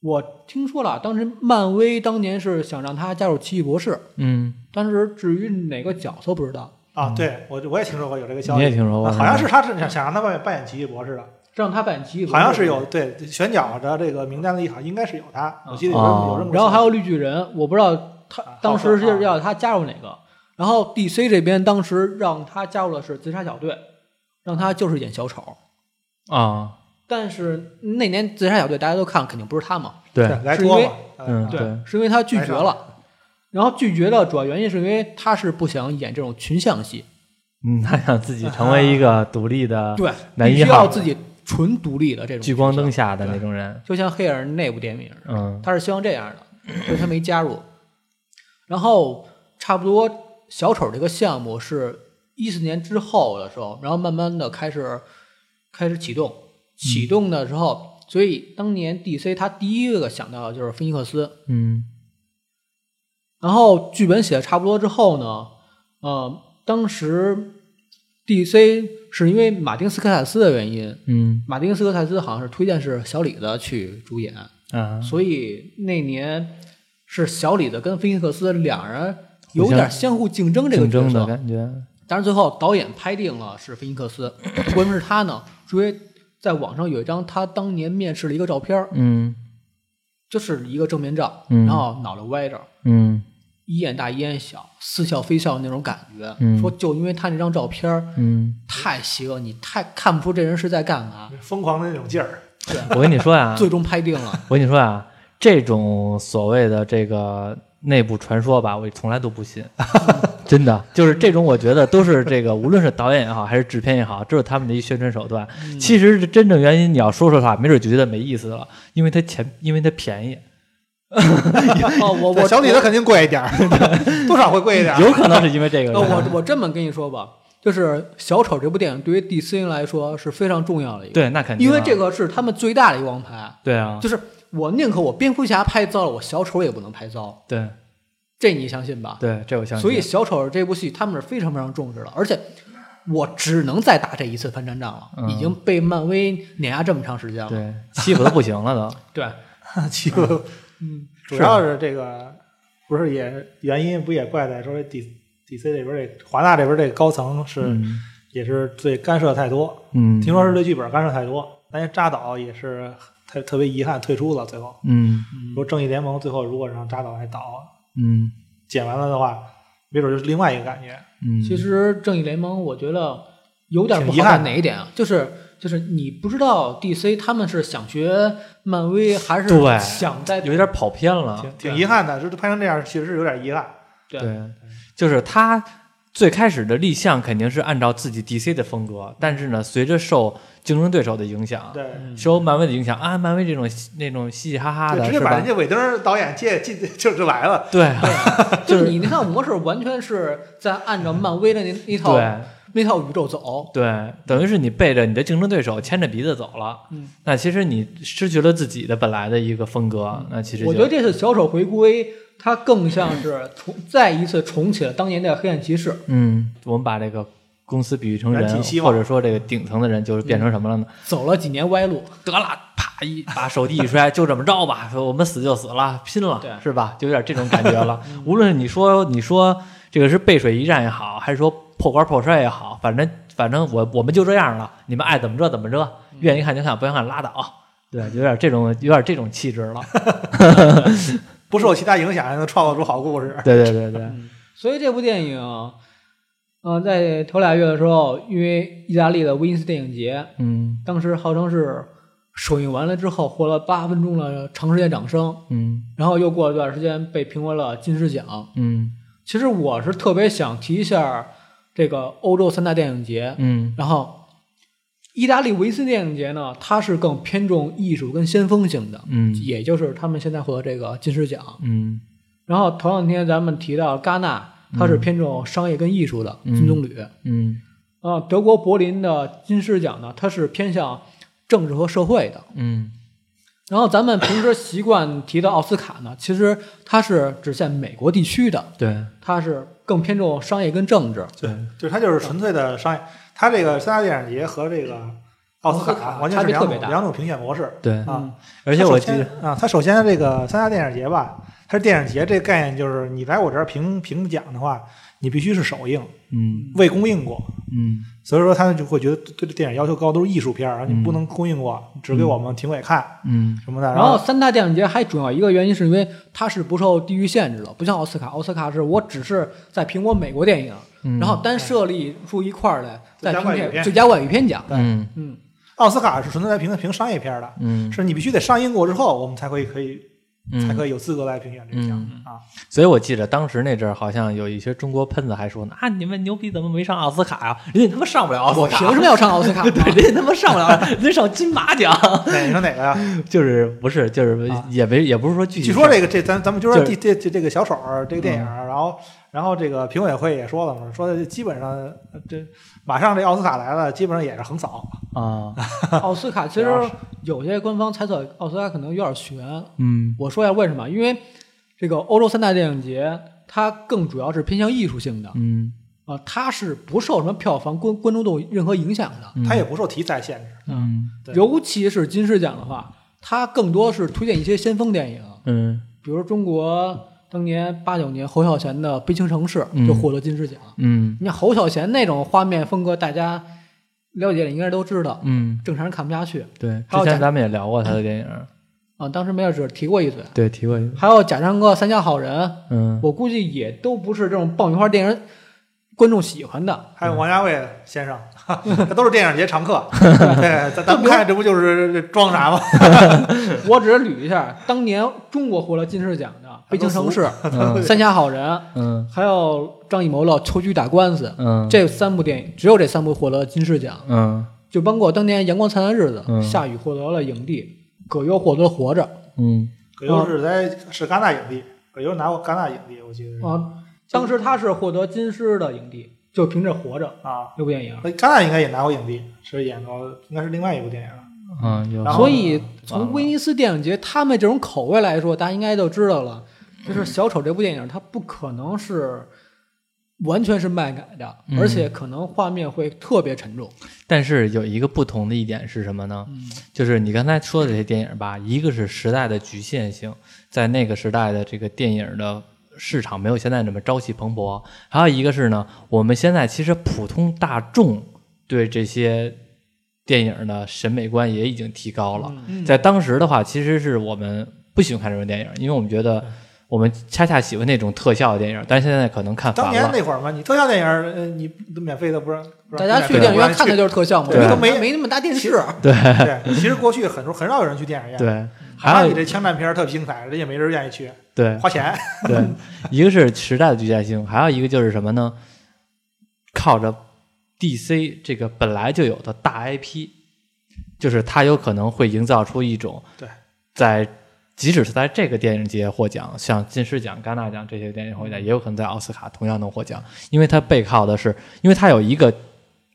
我听说了，当时漫威当年是想让他加入奇异博士，
嗯，
当时至于哪个角色不知道，
啊，对我我也听说过有这个消
你也嗯
息，
听说过
啊
吧？
好像是他是想想让他扮演扮演奇异博士的，
让他扮演奇异博
好
士，
像是有对选角的这个名单里好像应该是有他，我记得有这么有这
哦
么个消息。
然后还有绿巨人，我不知道他
啊
当时
浩克
是
啊
要他加入哪个。然后 DC 这边当时让他加入的是自杀小队，让他就是演小丑。
啊，
但是那年自杀小队大家都看，肯定不是他嘛，
对，
对来
是
多啊
因为
嘛，
嗯对
是因为他拒绝了。然后拒绝的主要原因是因为他是不想演这种群像戏，
嗯，他想自己成为一个独立的
对，
男
必
一
须
号
要自己纯独立的这种
聚光灯
角色，
下的那种人，
就像黑人那部电影，
嗯
他是希望这样的，所以他没加入。然后差不多小丑这个项目是一四年之后的时候，然后慢慢的开始开始启动，启动的时候，所以当年 DC 他第一个想到的就是菲尼克斯。
嗯。
然后剧本写的差不多之后呢，呃，当时 DC 是因为马丁斯科塞斯的原因，
嗯
马丁斯科塞斯好像是推荐是小李子去主演，
啊，
所以那年是小李子跟菲尼克斯两人有点相互竞争这个
竞
角
争的
色，
感觉，
但是最后导演拍定了是菲尼克斯。 为什么是他呢？是因为在网上有一张他当年面试的一个照片，
嗯
就是一个正面照，
嗯
然后脑袋歪着，
嗯
一眼大一眼小，似笑非笑那种感觉。
嗯
说就因为他那张照片
嗯，
太邪恶，你太看不出这人是在干嘛，
疯狂的那种劲儿，
我跟你说呀，
最终拍定 了。
我跟你说啊，这种所谓的这个内部传说吧，我从来都不 信，真的，就是这种，我觉得都是这个，无论是导演也好，还是制片也好，这是他们的一宣传手段。
嗯
其实真正原因，你要说说的话，没准就觉得没意思了，因为它钱，因为它便宜，
哦，我
对
我
小李子肯定贵一点儿， 多少会贵一点儿。
有可能是因为这个
那
原因。
啊哦呃我我这么跟你说吧，就是《小丑》这部电影对于 DC 来说是非常重要的一个，
对，那肯定啊，
因为这个是他们最大的一个王牌。
对啊，
就是我宁可我蝙蝠侠拍糟了，我小丑也不能拍糟，
对
这你相信吧？
对，这我相信。
所以《小丑》这部戏他们是非常非常重视的，而且我只能再打这一次翻船仗了，
嗯
已经被漫威碾压这么长时间了。
对欺负的不行了都。
对，
其实
嗯，
主要是这个不 是也原因不也怪在说 D D C 这边这华纳这边这个高层是
嗯
也是对干涉太多，
嗯，
听说是对剧本干涉太多，但是扎导也是特特别遗憾退出了。最后
嗯
说正义联盟最后如果让扎导来导
嗯
剪完了的话，没准就是另外一个感觉。
嗯，
其实正义联盟，我觉得有点不
挺遗
好
憾
在
的
哪一点啊？就是就是你不知道 DC 他们是想学漫威，还是
对
想在
有点跑偏了，
挺挺遗憾的，就是拍成这样，其实是有点遗憾。
对
对，就是他最开始的立项肯定是按照自己 DC 的风格，但是呢，随着受竞争对手的影响，
对，
嗯
受漫威的影响啊，漫威这种那种嘻嘻哈哈
就
的
直
是
接把
吧
人？家韦登导演借借 就就来了。
对
就是你那套模式完全是在按照漫威的那那套
对
那套宇宙走，
对，等于是你背着你的竞争对手牵着鼻子走了。
嗯，
那其实你失去了自己的本来的一个风格，那其实
我
就
觉得这次小丑回归，它更像是重再一次重启了当年的黑暗骑士。
嗯，我们把这个公司比喻成
燃
人
尽希，望
或者说这个顶层的人，就是变成什么了呢？
走了几年歪路，
得了，啪一 把手地一摔，就这么着吧，说我们死就死了，拼了
对，
是吧？就有点这种感觉 了。无论是你说你说这个是背水一战也好，还是说破罐破摔也好，反正反正我我们就这样了，你们爱怎么着怎么着，愿意看就看，不愿意看拉倒。对，有点这种有点这种气质了。
不受其他影响，还能创造出好故事。
对对对对，
所以这部电影，呃，在头俩月的时候，因为意大利的威尼斯电影节，
嗯
当时号称是首映完了之后获了八分钟的长时间掌声，
嗯
然后又过了一段时间被评为了金狮奖。
嗯
其实我是特别想提一下这个欧洲三大电影节，
嗯
然后意大利维斯电影节呢，它是更偏重艺术跟先锋性的，
嗯
也就是他们现在获得这个金狮奖。
嗯
然后头两天咱们提到戛纳，它是偏重商业跟艺术的
嗯
金棕榈。
嗯
啊，德国柏林的金狮奖呢，它是偏向政治和社会的。
嗯
然后咱们平时习惯提到奥斯卡呢，其实它是只限美国地区的，
对
它是更偏重商业跟政治。
对
就是它就是纯粹的商业，它这个三大电影节和这个奥斯
奥斯卡
卡完全
差
是
别特
两
别
种
大
两种评选模式
对，
嗯
啊。
而且我
它
记
首先
得
啊，它首先这个三大电影节吧，它是电影节这个概念就是你来我这儿评评奖的话，你必须是首映
嗯
未公映过，
嗯
所以说他就会觉得对对这电影要求高，都是艺术片儿，然后
嗯
你不能公映过，只给我们评委看
嗯
什么的。
然后三大电影节还主要一个原因是因为它是不受地域限制的，不像奥斯卡，奥斯卡是我只是在评我美国电影，
嗯，
然后单设立出一块儿来再
最佳
评
外语
这
片
最佳外语片奖。
嗯
嗯，
奥斯卡是纯粹来评评商业片儿的，
嗯
是你必须得上映过之后，我们才会可以
嗯
才可以有资格来评选这个奖
嗯
啊。
所以我记着当时那阵儿，好像有一些中国喷子还说呢：“啊，你们牛逼怎么没上奥斯卡呀、啊人家他妈上不了奥斯
我
卡，
凭什么要上奥斯卡呢？
对，人家他妈上不了，人家上金马奖。
对，你说 哪个呀？
就是不是就是、
啊
也没也不是说 具体。
据说这个这咱咱们就说
就嗯
这这这这个小丑儿这个电影儿，然后然后这个评委会也说了嘛，说基本上呃这马上这奥斯卡来了，基本上也是横扫。
啊，
奥斯卡其实有些官方猜测奥斯卡可能有点悬。
嗯
我说一下为什么，因为这个欧洲三大电影节它更主要是偏向艺术性的啊、
嗯，
呃它是不受什么票房观观众度任何影响的。
它也不受题材限制，
嗯
对
尤其是金狮奖的话，它更多是推荐一些先锋电影，
嗯
比如中国当年八九年侯孝贤的《悲情城市
嗯》
就获得金狮奖。
嗯
你看侯孝贤那种画面风格，大家了解的应该都知道，
嗯，
正常人看不下去
对，
还有
之前
贾
咱们也聊过他的电影，
啊。当时没有只提过一嘴，
对，提过一个。
还有贾樟柯《三峡好人》，
嗯，
我估计也都不是这种爆米花电影观众喜欢的。
嗯
还有王家卫先 生， 他都是电影节常客。对，咱咱们看这不就是装啥吗？
我只是捋一下，当年中国获得金狮奖的
啊
《悲情城市》《
嗯
三峡好人》，
嗯
还有张艺谋的《秋菊打官司》。
嗯，
这三部电影只有这三部获得了金狮奖，
嗯
就包括当年《阳光灿烂的日子》
嗯
夏雨获得了影帝，葛优获得了《活着》
嗯
葛优是在是戛纳影帝，葛优拿过戛纳影帝，我记得是
哦
啊。当时他是获得金狮的影帝，就凭着《活着》
啊，
这部电影。
那戛纳应该也拿过影帝，是演过应该是另外一部电影啊了。
嗯，有
然后
所以从威尼斯电影节他们这种口味来说，大家应该都知道了，就是《小丑》这部电影，它不可能是完全是漫改的，
嗯
而且可能画面会特别沉重。
但是有一个不同的一点是什么呢？
嗯
就是你刚才说的这些电影吧，一个是时代的局限性，在那个时代的这个电影的市场没有现在那么朝气蓬勃，还有一个是呢，我们现在其实普通大众对这些电影的审美观也已经提高了。
嗯
在当时的话，其实是我们不喜欢看这种电影，因为我们觉得我们恰恰喜欢那种特效的电影，但是现在可能看
啊当
烦
年
了。
那会儿嘛，你特效电影儿，呃，你都免费的不让不
大
让
家去
免费
电影
不
院
让人
看的就是特效嘛，
对
因为都
没
没没那么大电视。
对，其实过去很多很少有人去电影院，，
对，
哪
还
怕
有
你这枪战片儿特精彩，人也没人愿意去，
对
花钱。
对，一个是时代的局限性，还有一个就是什么呢？靠着 DC 这个本来就有的大 IP，就是它有可能会营造出一种
对，
在即使是在这个电影节获奖，像金狮奖、戛纳奖这些电影
嗯
获奖，也有可能在奥斯卡同样能获奖，因为它背靠的是，因为它有一个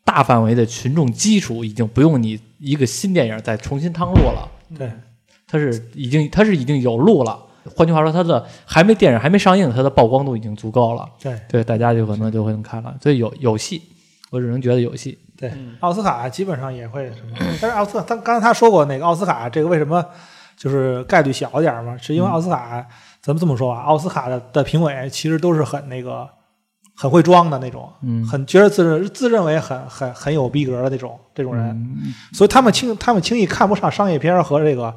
大范围的群众基础，已经不用你一个新电影再重新趟路了。
对，
它是已经它是已经有路了。换句话说，它的还没电影还没上映，它的曝光度已经足够了。
对
对，大家就可能就会看了。所以有有戏，我只能觉得有戏。
对
嗯，
奥斯卡基本上也会什么，但是奥斯卡，他刚才他说过那个奥斯卡这个为什么就是概率小点儿嘛？是因为
嗯
奥斯卡，咱们这么说吧，啊奥斯卡的的评委其实都是很那个很会装的那种，
嗯，
很觉得自认自认为很很很有逼格的那种这种人，
嗯
所以他们轻他们轻易看不上商业片儿和这个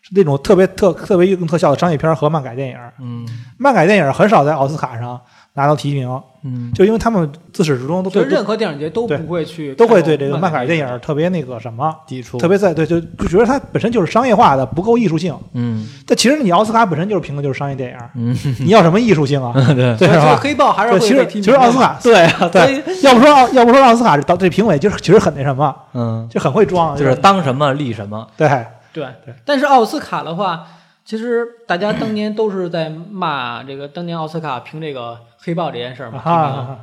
是那种特别特特别用特效的商业片儿和漫改电影儿。
嗯
漫改电影儿很少在奥斯卡上拿到提名，
嗯，
就因为他们自始至终都
就
对
是任何电影节都
对
不会去，
都会对这个漫改
改
电影儿特别那个什么，
抵触
特别在对就就觉得它本身就是商业化的，不够艺术性。
嗯
但其实你奥斯卡本身就是评的就是商业电影 儿，
嗯，
你要什么艺术性啊？
对
对
所以
是
这个
吧？
黑豹还是
对，
会
其
被
实
提
其
名
实奥斯卡，
对啊，
对， 要不说奥要不说奥斯卡这导这评委就是其实很那什么，
嗯，
就很会装，
就是当什么立什么。
对
对
对。
但是奥斯卡的话，其实大家当年都是在骂这个当年奥斯卡评这个黑豹这件事儿嘛，
啊
提名
啊，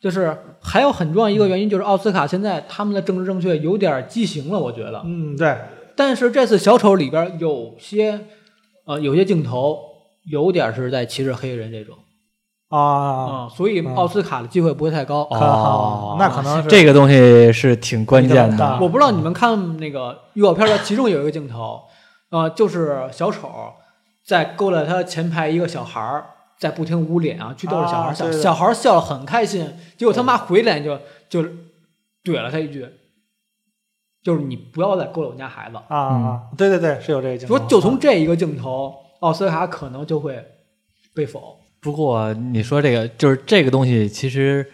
就是还有很重要一个原因就是奥斯卡现在他们的政治正确有点畸形了，我觉得。
嗯，对，
但是这次小丑里边有些，呃，有些镜头有点是在歧视黑人这种
啊，
啊、所以
嗯
奥斯卡的机会不会太高。
哦
看好啊那可能是
这个东西是挺关键
你怎么
的
看。
我不知道你们看那个预告片的，其中有一个镜头，呃，就是小丑在勾勒他前排一个小孩儿，在不停捂脸啊，去逗着小孩
啊
儿笑，
对对
小孩儿笑得很开心，结果他妈回脸就就怼了他一句，就是你不要再勾勒我们家孩子。
啊
嗯
啊，对对对，是有这个镜头。啊
说就从这一个镜头，奥斯卡可能就会被否。
不过你说这个，就是这个东西，其实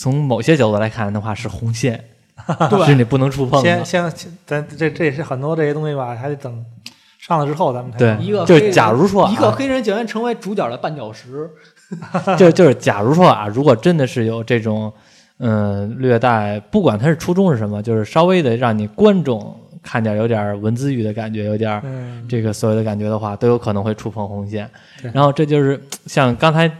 从某些角度来看的话，是红线， 是
对，
你不能触碰的。
先先，咱咱这这也是很多这些东西吧，还得等上了之后咱们才
对
一个
就
黑人
假如说啊
一个黑人竟然成为主角的绊脚石，
就就是，假如说啊，如果真的是有这种，嗯，略带，不管它是初衷是什么，就是稍微的让你观众看点儿有点儿文字狱的感觉，有点儿
嗯，
这个所有的感觉的话，都有可能会触碰红线
对。
然后这就是像刚才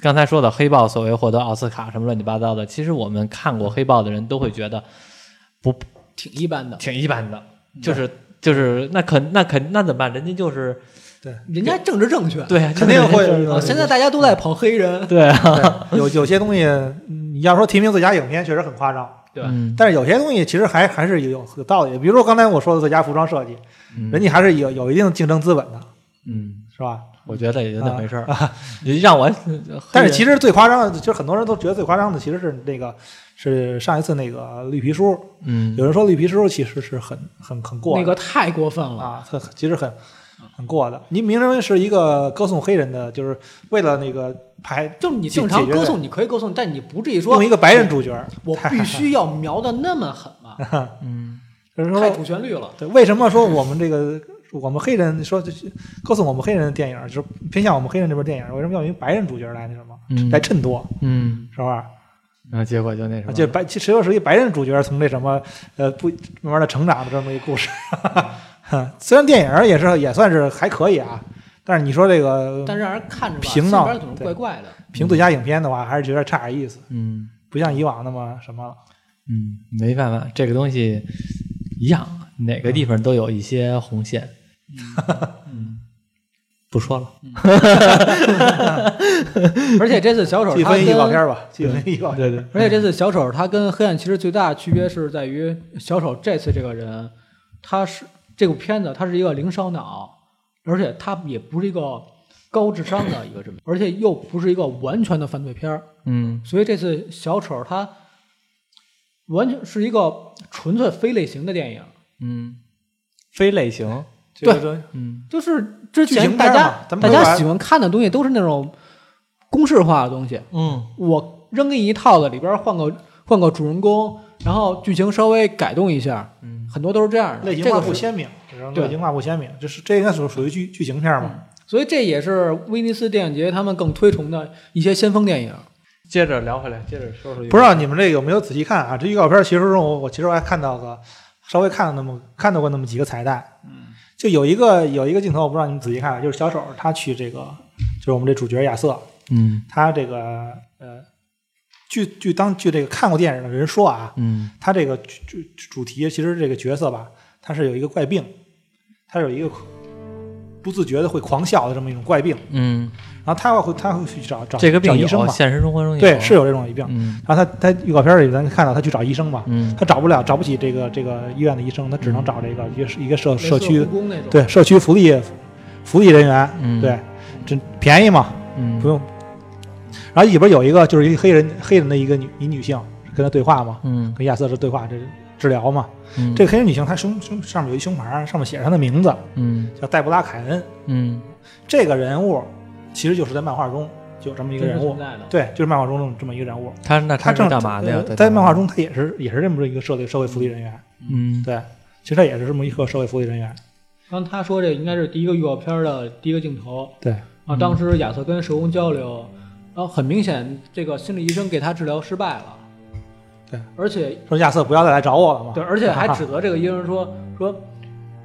刚才说的黑豹所谓获得奥斯卡什么乱七八糟的，其实我们看过黑豹的人都会觉得
挺一般的。
挺一般的，
嗯
就是就是那肯那肯那怎么办？人家就是
人家政治正确，
对啊，
肯定会
就是
啊，现在大家都在捧黑人，
对啊，
对有有些东西，嗯你要说提名最佳影片确实很夸张，
对
嗯
啊但是有些东西其实还还是有有道理。比如说刚才我说的最佳服装设计，
嗯
人家还是有有一定竞争资本的，
嗯。
是吧？
我觉得也就那回事儿，你让我，
啊 但是其
实
实最夸张的，其实很多人都觉得最夸张的其实是那个是上一次那个绿皮书，
嗯
有人说绿皮书其实是很很很过的
那个太过分了。
啊，他其实很很过的。你明明是一个歌颂黑人的，就是为了那个排
就是你
解
正常
解决
歌
的
颂，你可以歌颂，但你不至于说
用一个白人主角，
我必须要瞄的那么狠嘛，
嗯
就是
太
说
主旋律了。
对，为什么说我们这个我们黑人说就是歌颂我们黑人的电影，就是偏向我们黑人这边电影，为什么要用一白人主角来那什么
嗯
来衬托，
嗯，
是吧？啊
然后结果就那什么，
就白，其实又是一白人主角从这什么呃不慢慢的成长的这么一故事。 嗯虽然电影也是也算是还可以啊，但是你说这个
但是让人看着吧，
嗯平
心
闹
边总是怪怪 的。
评最佳影片的话，还是觉得差点意思，
嗯
不像以往那么什么了。
嗯，没办法，这个东西一样，哪个地方都有一些红线，
嗯，
不说了，
而且这次小 丑
记
他
分预告片
跟，
吧，记分预告片。
对对，
而且这次小丑他跟黑暗骑士最大的区别是在于，小丑这次这个人，他是这部片子他是一个零烧脑，而且他也不是一个高智商的一个什么，而且又不是一个完全的犯罪片儿。
嗯
所以这次小丑他完全是一个纯粹非类型的电影。
嗯，非类型，
这个
嗯
就是之
剧
前
情片
大
儿
家
嘛咱们
大
不是
家
把
喜欢看的东西都是那种公式化的东西，
嗯
我扔给你一套子，里边换个换个主人公，然后剧情稍微改动一下，
嗯
很多都是这样的。
类型
这
化
个
不
是，
鲜明，只能
对
类型化不鲜明，这是这应该属属于剧剧情片嘛？
所以这也是威尼斯电影节他们更推崇的一些先锋电影。
接着聊回来，接着说说。
不知道你们这有没有仔细看啊？这预告片其实中我我其实我还看到个稍微看了那么看到过那么几个彩蛋，
嗯，
就有一个有一个镜头，我不知道你们仔细看啊，就是小丑他去这个就是我们这主角亚瑟，
嗯
他这个呃，据据当据这个看过电影的人说啊，
嗯
他这个主主主题其实这个角色吧，他是有一个怪病，他有一个不自觉的会狂笑的这么一种怪病，
嗯，
然后他会他会去找找
这个病
找医
有，
生嘛，
现实生活中有
对，是有这种病。
嗯
然后他他预告片里咱看到他去找医生嘛，
嗯
他找不了找不起这个这个医院的医生，他只能找这个一个一个社社
类似
区
故宫那种，
对社区福利福利人员，
嗯
对，这便宜嘛，
嗯
不用。然后里边有一个就是一个黑人黑人的一个女一女性跟他对话嘛，
嗯
跟亚瑟这对话这治疗嘛。
嗯
这个黑人女性她胸胸上面有一胸牌，上面写着她的名字
嗯
叫黛布拉·凯恩。
嗯
这个人物其实就是在漫画中就有这么一
真
个
实
人物
存，在的。
对，就是漫画中这么这么一个人物。
他那
他
是
正
干嘛的呀？
呃在漫画中他也是也是这么一个社会社会福利人员，
嗯
对，其实他也是这么一个社会福利人员，
刚他说这应该是第一个预告片的第一个镜头
对，
啊，当时亚瑟跟社工交流，然后很明显这个心理医生给他治疗失败了，
对，
而且
说亚瑟不要再来找我了嘛，
对，而且还 指责这个医生说说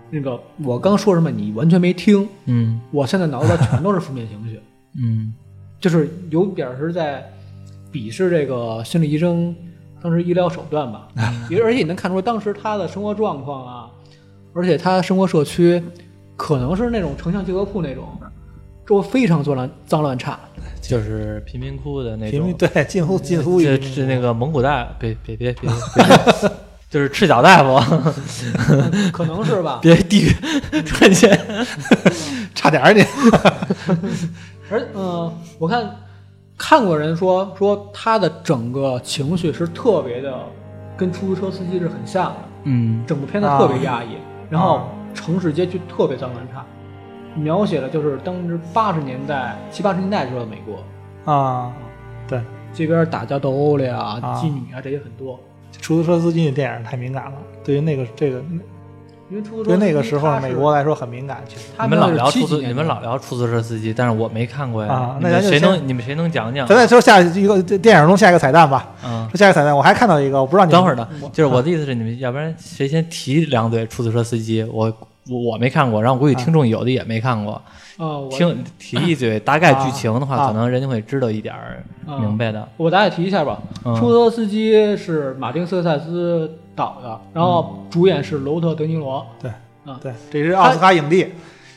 那个我刚说什么你完全没听，
嗯
我现在脑子里全都是负面情绪，
嗯
就是有点是在鄙视这个心理医生当时医疗手段吧，也而且你能看出当时他的生活状况啊，而且他生活社区可能是那种城乡结合部那种，周围非常作乱脏乱差，
就是贫民窟的那
贫
种
民，对近乎近乎
这
于
这那个蒙古大别别别别，别就是赤脚大 夫，
可能是吧。
别地狱赚钱，
差点儿你，
而嗯、我看看过人说说他的整个情绪是特别的，跟出租车司机是很像的，
嗯
整部片子特别压
啊
抑，然后城市街区特别脏乱差，描写了就是当时八十年代七八十年代时候的美国，
啊，对，
这边打架斗殴了呀、
啊
妓女啊这些很多，
出租车司机的电影太敏感了，对于那个这个
因为出租车
对于那个
司机
时候
他是
美国来说很敏感，其实。
他
你们老聊
七
出
几
租，
年
你们老聊出租车司机，但是我没看过呀。
啊
你
那
们
咱就
谁
先
能你们谁能讲讲
咱？再说下一个电影中下一个彩蛋吧，
嗯，
说下一个彩蛋，我还看到一个，我不知道你们
等会儿呢，
我
就是我的意思是，你们要不然谁先提两嘴出租车司机？我我我没看过，然后我估计
啊
听众有的也没看过，
啊，我
听提一嘴大概剧情的话，
啊
可能人家会知道一点儿
啊
明白的。
我大概提一下吧，
嗯
出租车司机是马丁·斯科塞斯导的，然后主演是罗特·德尼罗，
对，这是奥斯卡影帝，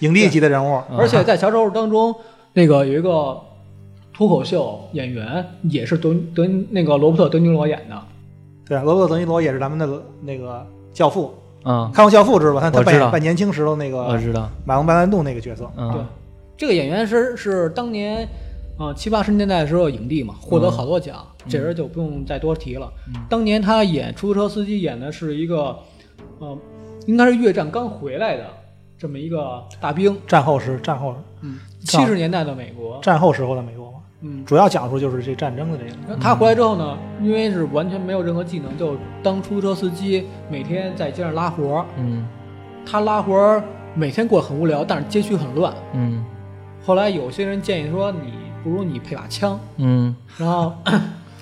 影帝级的人物，
嗯
而且在小丑当中，那个有一个脱口秀演员也是德德那个罗伯特·德尼罗演的，
对，罗伯特·德尼罗也是咱们的那个教父，
嗯，
看过《教父》知道吧？他他
我知
扮
道
演扮年轻时候那
我
个
知道。
马龙白兰度那个角色，
对
嗯，
这个演员是是当年，呃七八十年代的时候影帝嘛，获得好多奖，这人就不用再多提了。当年他演出租车司机演的是一个，呃，应该是越战刚回来的这么一个大兵，
战后时战后
嗯，
上
七十年代的美国，
战后时候的美国嘛，
嗯，
主要讲述就是这战争的这个，
他回来之后呢，因为是完全没有任何技能，就当出租车司机，每天在街上拉活儿。
嗯
他拉活儿每天过得很无聊，但是街区很乱。
嗯
后来有些人建议说，你不如你配把枪。
嗯，
然后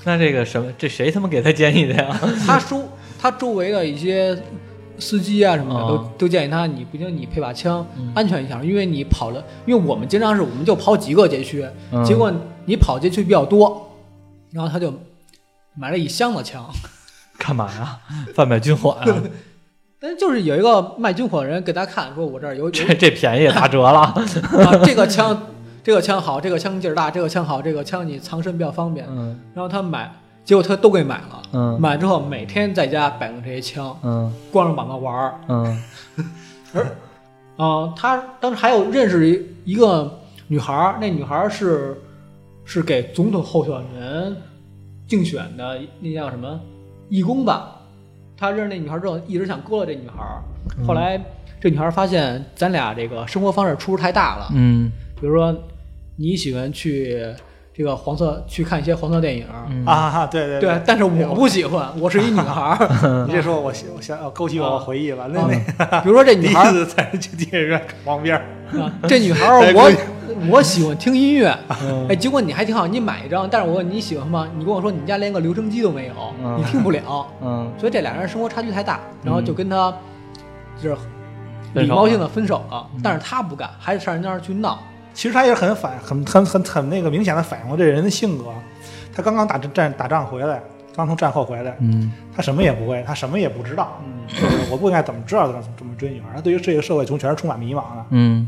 那这个什么，这谁他妈给他建议的呀？
他周他周围的一些司机啊什么的，都
哦
都建议他，你不行你配把枪，
嗯
安全一下，因为你跑了，因为我们经常是我们就跑几个街区，
嗯
结果你跑街区比较多，然后他就买了一箱子枪。
干嘛呀？贩卖军 火啊呀？
但就是有一个卖军火的人给他看，说我这儿有有
这这便宜也打折了。
啊，这个枪，这个枪好，这个枪劲儿大，这个枪好，这个枪你藏身比较方便。
嗯
然后他买，结果他都给买了。
嗯
买之后每天在家摆弄这些枪，
嗯
光着膀子玩儿。
嗯
啊、他当时还有认识一一个女孩儿，那女孩儿是是给总统候选人竞选的，那叫什么义工吧，他认识那女孩之后，一直想勾搭这女孩儿，
嗯
后来这女孩儿发现咱俩这个生活方式出入太大了，
嗯
比如说你喜欢去这个黄色去看一些黄色电影儿，
嗯
啊哈，对对
对，但是我不喜欢，我是一女 孩儿，
嗯
你这说我想我想勾起我回忆了，那
啊
那
比如说这女
第一
啊
孩儿
次在去电影院看黄片儿，
啊，这女孩儿
哎
我
闺女
我喜欢听音乐，
嗯
哎，结果你还挺好，你买一张，但是我问你喜欢吗？你跟我说你们家连个留声机都没有，
嗯
你听不了，
嗯
所以这俩人生活差距太大，然后就跟他就是
分手了
礼貌性的分手了
嗯，
但是他不干，还得上人家那儿去闹，
其实他也很反很很很很那个明显的反映了这人的性格。他刚刚打战打仗回来，刚从战后回来，
嗯
他什么也不会，他什么也不知道，
嗯，
我不应该怎么知道怎么怎么追女孩儿。他对于这个社会从全是充满迷茫的，
嗯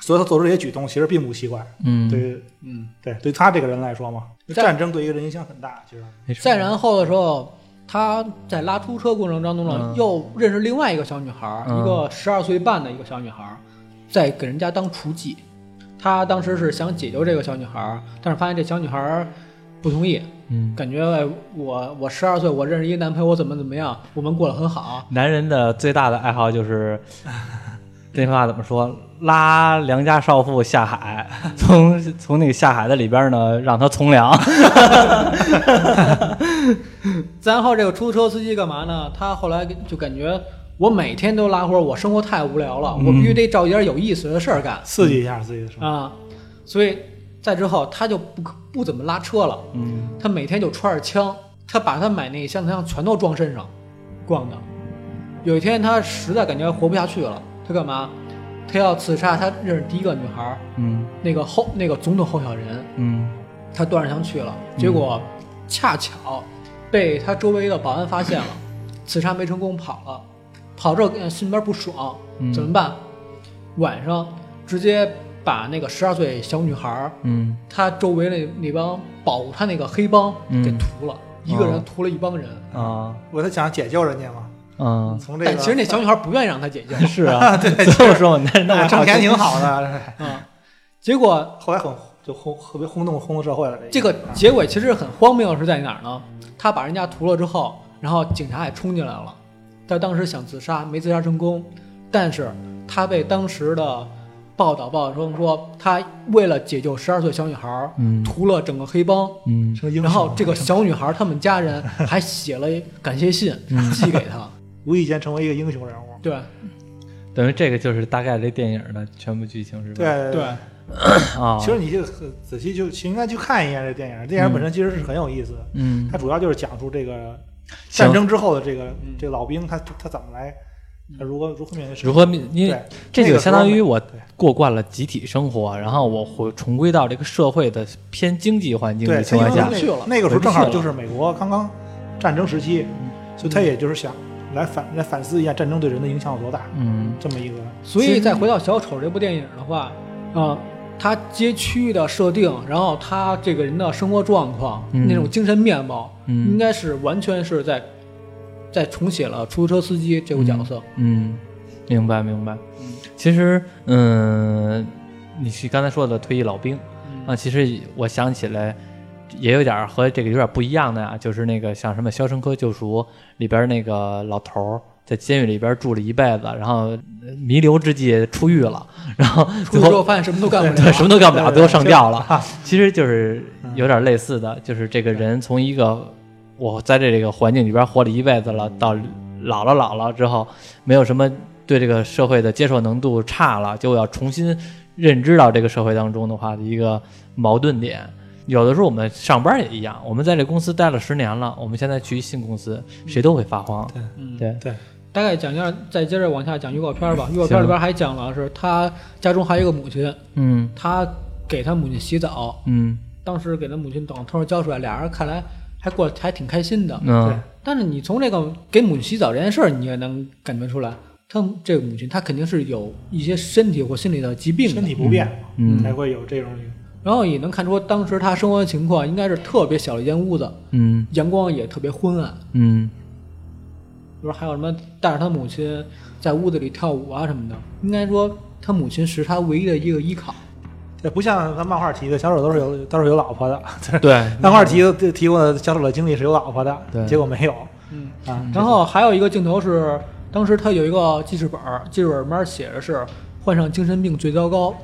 所以他做出这些举动其实并不奇怪。
嗯，
对于
嗯，
对，对于他这个人来说嘛，
但
战争对一个人影响很大。其实
没事
再然后的时候，他在拉出车过程当中呢
嗯，
又认识另外一个小女孩儿，
嗯
一个十二岁半的一个小女孩儿，在给人家当厨妓。他当时是想解救这个小女孩儿，但是发现这小女孩儿不同意，
嗯，
感觉哎我我十二岁，我认识一个男朋友，我怎么怎么样，我们过得很好。
男人的最大的爱好就是， 这句话怎么说？拉良家少妇下海， 从从那个下海的里边呢，让她从良。
再然后这个出租车司机干嘛呢？他后来就感觉我每天都拉活儿，我生活太无聊了，我必
嗯
须得找一点有意思的事儿干。
刺激一下自己的生活。
啊，所以再之后他就不不怎么拉车了，
嗯
他每天就揣着枪，他把他买那香枪全都装身上，逛的。有一天他实在感觉活不下去了，他干嘛？他要刺杀他认识第一个女孩儿，
嗯
那个候那个总统候选人，
嗯
他端着枪去了，结果恰巧被他周围的保安发现了，刺杀没成功跑了，跑之后呃心里边不爽，
嗯
怎么办？晚上直接把那个十二岁小女孩儿，
嗯
她周围那那帮保护她那个黑帮
嗯哦
给屠了，一个人屠了一帮人。
啊
我他想解救人家嘛，
嗯，
从这个
嗯
哎
但其实那小女孩不愿意让他解救
是啊，对，所以我说我男人的
那
爱
我挣
好
钱挺 好的，
哎
啊，结果
后来很就轰特别轰动轰动社会了。
这个结尾其实很荒谬，是在哪儿呢？他把人家屠了之后，然后警察也冲进来了。他当时想自杀，没自杀成功，但是他被当时的报道报道中说，他为了解救十二岁小女孩儿，
嗯
屠了整个黑帮。
嗯
成英雄
然后这个小女孩儿他们家 人还写了一感谢信
嗯
寄给他。
无意间成为一个英雄人物。
对
等于这个就是大概这电影的全部剧情是吧？
对
对，
啊，
其实你就很仔细就其实应该去看一眼这电影，电影本身其实是很有意思的，
嗯
它主要就是讲述这个
行
战争之后的这个
嗯
这个老兵他他怎么来，他如何如何面对生
嗯如
活。
何面因为
对
这
那
就
个
相当于
时
我
对
过惯了集体生活，然后我回重归到这个社会的偏经济环境的
对，
情
因为
况下
它，
那
去了
个那个时候正
回
好
不去了嗯
就是美国刚刚战争时期，所以他也就是想来反来反思一下战争对人的影响有多大，
嗯
这么一个
所以再回到小丑这部电影的话，啊、他街区的设定，然后他这个人的生活状况，
嗯
那种精神面貌，
嗯
应该是完全是在在重写了出租车司机这个角色。
嗯，明白明白
嗯。
其实，嗯，你是刚才说的退役老兵
嗯
啊，其实我想起来。也有点儿和这个有点不一样的啊，就是那个像什么《肖申克救赎》里边那个老头儿在监狱里边住了一辈子，然后弥留之际出狱了，然后
出
最
去之
后
后发现什么都干不了，
啊 对，什么都干不了，
对
最后上吊了。嗯其实就是有点类似的，就是这个人从一个我在这个环境里边活了一辈子了，到老了老了之后，没有什么对这个社会的接受能度差了，就要重新认知到这个社会当中的话的一个矛盾点。有的时候我们上班也一样，我们在这公司待了十年了，我们现在去新公司，谁都会发慌。
嗯，
对，
对
大概讲一下，再接着往下讲预告片吧。预告片里边还讲了是他家中还有一个母亲，
嗯
他给他母亲洗澡，
嗯
当时给他母亲等头浇水，俩人看来还过得还挺开心的。
对
嗯，
但是你从这个给母亲洗澡这件事儿，你也能感觉出来，他这个母亲她肯定是有一些身体或心理的疾病
身
的，
体不便嘛，
嗯
才会有这种
然后也能看出当时她生活的情况应该是特别小的一间屋子，
嗯
阳光也特别昏暗，
嗯
比如还有什么带着她母亲在屋子里跳舞啊什么的，应该说她母亲是她唯一的一个依靠。
这不像咱漫画提的，小丑都是有都是有老婆的。
对
漫画提的提过的小丑的经历是有老婆的，
对
结果没有
嗯，
啊。
然后还有一个镜头是，当时他有一个记事本儿，记事本儿里面写着是患上精神病最糟糕，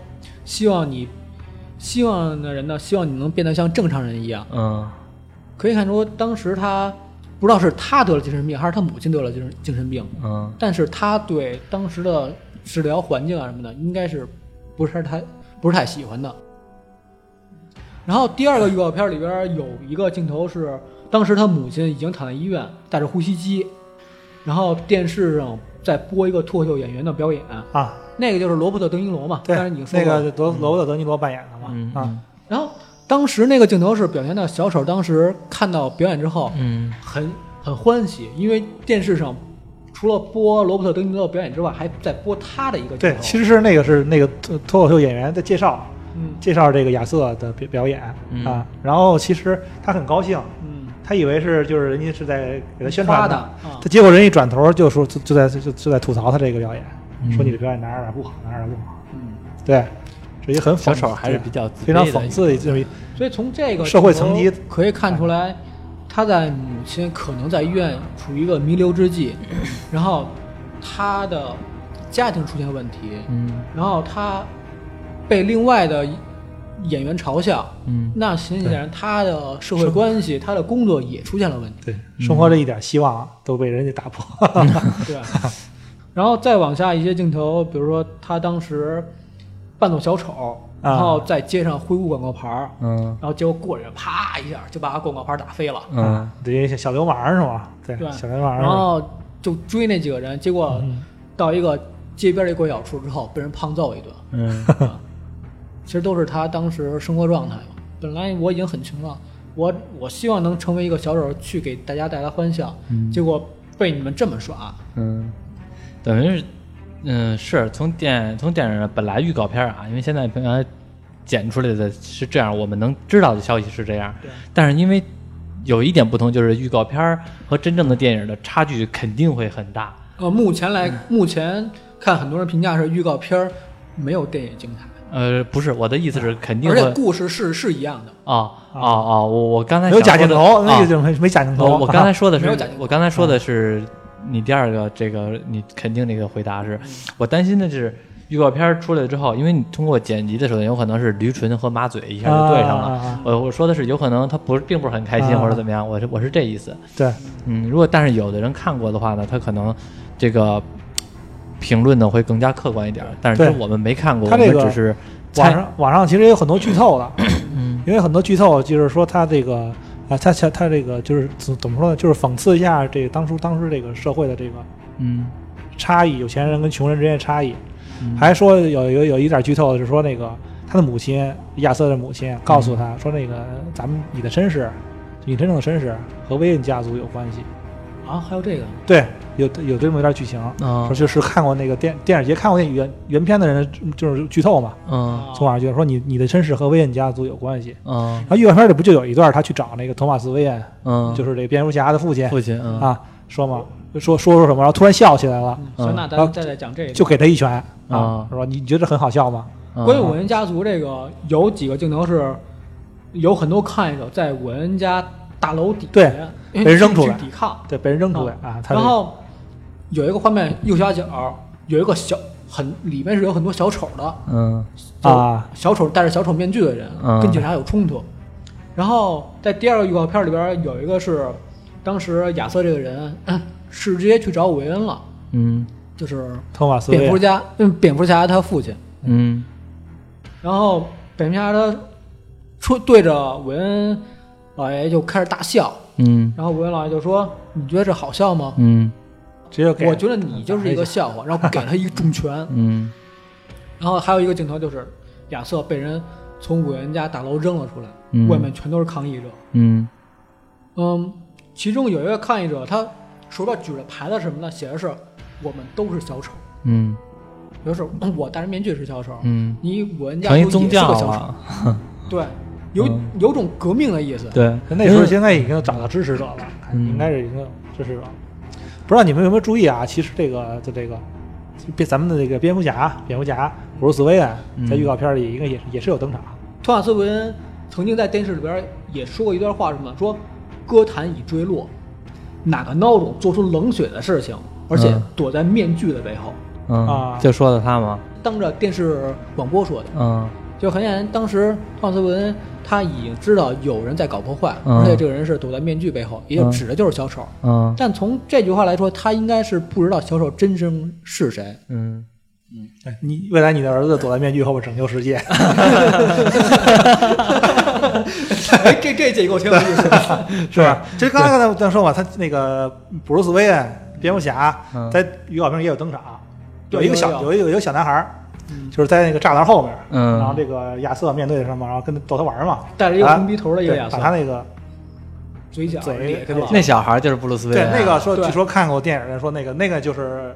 希望你，希望的人呢，希望你能变得像正常人一样。
嗯
可以看出，当时他不知道是他得了精神病，还是他母亲得了精神精神病，
嗯
但是他对当时的治疗环境啊什么的，应该是不是太不是太喜欢的。然后第二个预告片里边有一个镜头是，当时他母亲已经躺在医院，带着呼吸机，然后电视上在播一个脱口秀演员的表演，
啊，
那个就是罗伯特·德尼罗嘛，
对
当然你，说
那
过了
个罗罗伯特·德尼罗扮演的
嗯
嘛啊，
然后当时那个镜头是表现到小丑当时看到表演之后
嗯
很很欢喜，因为电视上除了播罗伯特·德尼罗的表演之外，还在播他的一个镜
对
头，。
其实是那个是那个脱脱口秀演员的介绍，
嗯
介绍这个亚瑟的表表演
嗯
啊，然后其实他很高兴，
嗯，
他以为是就是人家是在给他宣传
的
的，
啊
他，结果人一转头就说就就在就就在吐槽他这个表演，
嗯
说你的表演哪儿哪儿不好哪儿哪儿不好，
嗯，
对，是一个很讽
小丑还是
对
比较自
非常
卑的
讽刺的这么一
所以从这个
社会层级哎
可以看出来，他在母亲可能在医院处于一个弥留之际，然后他的家庭出现问题，
嗯
然后他被另外的演员嘲笑，
嗯
那显然他的社会关系、他的工作也出现了问题。
对
嗯
生活的一点希望都被人家打破，
对，然后再往下一些镜头，比如说他当时扮作小丑，
啊
然后在街上挥舞广告牌儿，
嗯
然后结果过人啪一下就把广告牌儿打飞了，
嗯，
对小流氓是吗？对
对
小流氓是
然
吧，
后就追那几个人，结果
嗯
到一个街边儿的一拐角处之后被人胖揍一顿。
嗯
啊其实都是他当时生活状态嘛。本来我已经很穷了，我我希望能成为一个小丑，去给大家带来欢笑，
嗯
结果被你们这么耍。
嗯， 等于是，嗯，是从电从电影本来预告片啊，因为现在平常剪出来的是这样，我们能知道的消息是这样，
对
但是因为有一点不同，就是预告片儿和真正的电影的差距肯定会很大。
呃，目前来、目前看，很多人评价是预告片儿没有电影精彩，
呃，不是，我的意思是肯定
而
会
且故事是是一样的。
哦哦哦，我我刚才
没有
想
假镜
说的
头，
啊
那就没没假镜 头。啊
我我刚才说的是
没有假镜，头
我刚才说
嗯
的是你第二个这个你肯定这个回答
嗯
是，我担心的是预告片儿出来之后，因为你通过剪辑的时候有可能是驴唇和马嘴一下就对上
啊
了。
啊啊
我我说的是有可能他不是并不是很开心
啊
或者怎么样，我是我是这意思。
对，
嗯，如果但是有的人看过的话呢，他可能这个评论呢会更加客观一点儿。但是
对
就是我们没看过，
他
我们
这个
只是
网
猜。
上网上其实也有很多剧 透的，
嗯
因为很多剧透就是说他这个啊，他他他这个就是怎怎么说呢？就是讽刺一下这个当初当时这个社会的这个
嗯，
差异，有钱人跟穷人之间的差异。
嗯
还说有一个有一点剧透的是说那个他的母亲亚瑟的母亲告诉
嗯
他说那个咱们你的身世，你真正的身世和威恩家族有关系。
啊，还有这个，
对，有有这么一段剧情，
啊
说就是看过那个电电影节看过那原原片的人就是剧透嘛，
啊
嗯
从网上剧透说你你的身世和威恩家族有关系。
嗯
然后预告片里不就有一段他去找那个托马斯·威恩，
嗯，
就是这个蝙蝠侠的父亲
父亲嗯
啊，说嘛，说说说什么，然后突然笑起来了，
嗯行，那
然
咱
后
再来讲这个。
就嗯给他一拳
啊
啊，说你你觉得很好笑吗？
嗯
关于我恩家族这个，有几个镜头是有很多看手在我恩家大楼底下
对
哎
被扔出
去
来
抵抗，
对，被人扔出来啊，他
然后有一个画面右下角有一个小很里面是有很多小丑的，
嗯
就
啊，
小丑戴着小丑面具的人
嗯
跟警察有冲突。然后在第二个预告片里边有一个是当时亚瑟这个人是直接去找韦恩了，
嗯
就是
托马斯·威
蝙蝠
恩
侠，嗯，蝙蝠侠他父亲。
嗯
然后蝙蝠侠他出对着韦恩老爷就开始大笑，
嗯
然后韦恩老爷就说：“你觉得这好笑吗？”
嗯
直接给
我觉得你就是一个笑话，然后给了他一个重拳。
嗯
然后还有一个镜头就是亚瑟被人从韦恩家大楼扔了出来，
嗯
外面全都是抗议者。
嗯
嗯，其中有一个抗议者，他手里边举着牌子什么的，写的是“我们都是小丑
嗯”，
就是我戴着面具是小丑，
嗯，
你韦恩家
成一
族
宗
也是
教
个小丑，
了，
对，有、
嗯
有种革命的意思。
对，
那
嗯
时候现在已经找到支持者了，
嗯
应该是已经有支持者了。不知道你们有没有注意啊？其实这个就这个，就别咱们的这个蝙蝠侠，蝙蝠侠布鲁斯·韦恩
嗯
在预告片里应该也是也是有登场。
托马斯·韦恩曾经在电视里边也说过一段话，什么说歌坛已坠落，哪个孬种做出冷血的事情，而且
嗯
躲在面具的背后。
嗯
啊，
就说的他嘛，
当着电视广播说的，
嗯
就很显然，当时托马斯·韦恩他已经知道有人在搞破坏，
嗯
而且这个人是躲在面具背后，也就
嗯
指的就是小丑。
嗯
但从这句话来说，他应该是不知道小丑真身是 谁。
嗯，
哎你未来你的儿子躲在面具后边拯救世 界，
哎，这这结构挺有意思的。
是吧？这刚才咱说嘛，他那个布鲁斯·韦恩蝙蝠侠
嗯
在预告片也有登场，
有
一个小
有
有一个有一个小男孩儿
嗯，
就是在那个栅栏后面，
嗯
然后这个亚瑟面对着他嘛，然后跟他逗他玩儿嘛，
戴着一个
啊
红鼻头的一个
对
亚瑟
把，他那个
嘴角
嘴
咧开了。
那小孩就是布鲁斯韦
对
恩啊，
那个说
对
据说看过电影的说那个那个就是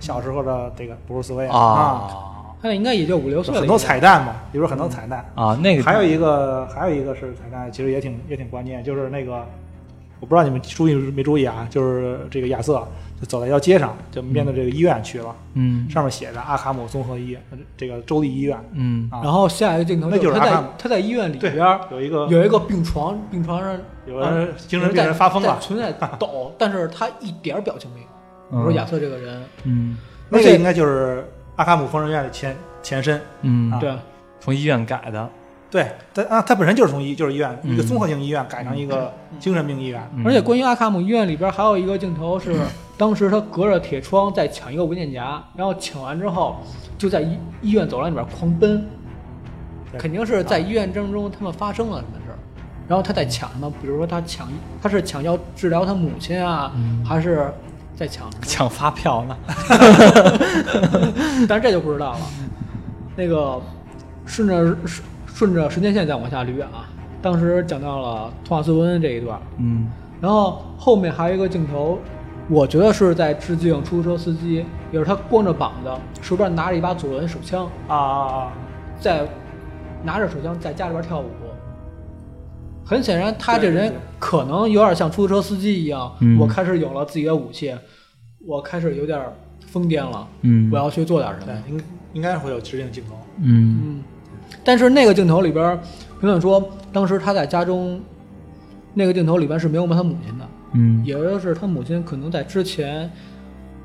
小时候的这个布鲁斯·韦恩啊，
啊
他应该也就五六岁了。
很多彩蛋嘛，比如很多彩蛋，
啊，那个
还有一个，还有一个是彩蛋，其实也挺也挺关键，就是那个，我不知道你们注意没注意啊，就是这个亚瑟就走在一条街上，就面对这个医院去了，
嗯
上面写着阿卡姆综合医院，这个州立医院
嗯
啊。
然后下一个镜头
那就是
他
阿
在
汤
他在医院里
对
边
有一个
有一个病床，病床上
有人精神病人发疯
在
了，
存在抖，但是他一点儿表情没有。我
嗯
说亚瑟这个人，
嗯
那
而且
个应该就是阿卡姆疯人院的前前身。
嗯，
对，啊
从医院改的，
对，他啊，他本身就是从医就是医院
嗯
一个综合性医院改成一个精神病医院，
嗯
而且关于阿卡姆医院里边还有一个镜头 是，当时他隔着铁窗在抢一个文件夹，然后抢完之后就在医医院走廊里边狂奔，
对
肯定是在医院当中他们发生了什么事儿，然后他在抢什么？比如说他抢他是抢要治疗他母亲啊，
嗯
还是 在抢 什么？
抢发票呢，
但是这就不知道了。那个顺着顺顺着时间线再往下捋啊，当时讲到了托马斯·温恩这一段，
嗯
然后后面还有一个镜头，我觉得是在致敬出租车司机，也是他光着膀子，手边拿着一把左轮手枪，
啊啊啊，
在拿着手枪在家里边跳舞。很显然，他这人可能有点像出租车司机一样，
嗯
我开始有了自己的武器，我开始有点疯癫了，
嗯
我要去做点什么
对。，应应该会有致敬镜头。
嗯
嗯，但是那个镜头里边儿，评论说当时他在家中，那个镜头里边是没有摸他母亲的，
嗯，
也就是他母亲可能在之前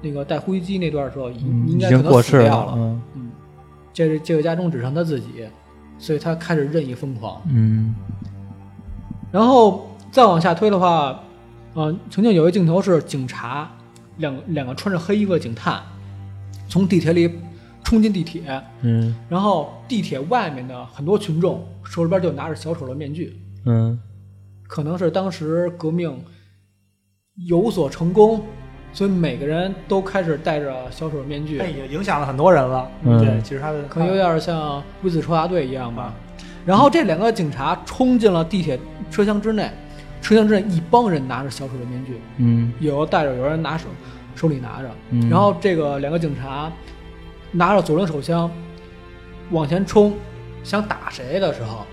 那个带呼吸机那段儿的时候，已
嗯
应
已
该
经
可能
过
死
世
掉
了，
了。
嗯
嗯，这是这个家中只剩他自己，所以他开始任意疯狂。
嗯
然后再往下推的话，嗯、曾经有一个镜头是警察，两两个穿着黑衣服的警探，从地铁里冲进地铁，
嗯
然后地铁外面的很多群众手里边就拿着小丑的面具，
嗯
可能是当时革命有所成功，所以每个人都开始戴着小丑的面具
那，已经影响了很多人了，
嗯
对，其实他的
可能有点像龟子抽查队一样吧。然后这两个警察冲进了地铁车厢之内，车厢之内一帮人拿着小丑的面具，
嗯
有戴着，有人拿手手里拿着，
嗯
然后这个两个警察拿着左轮手枪往前冲，想打谁的时候，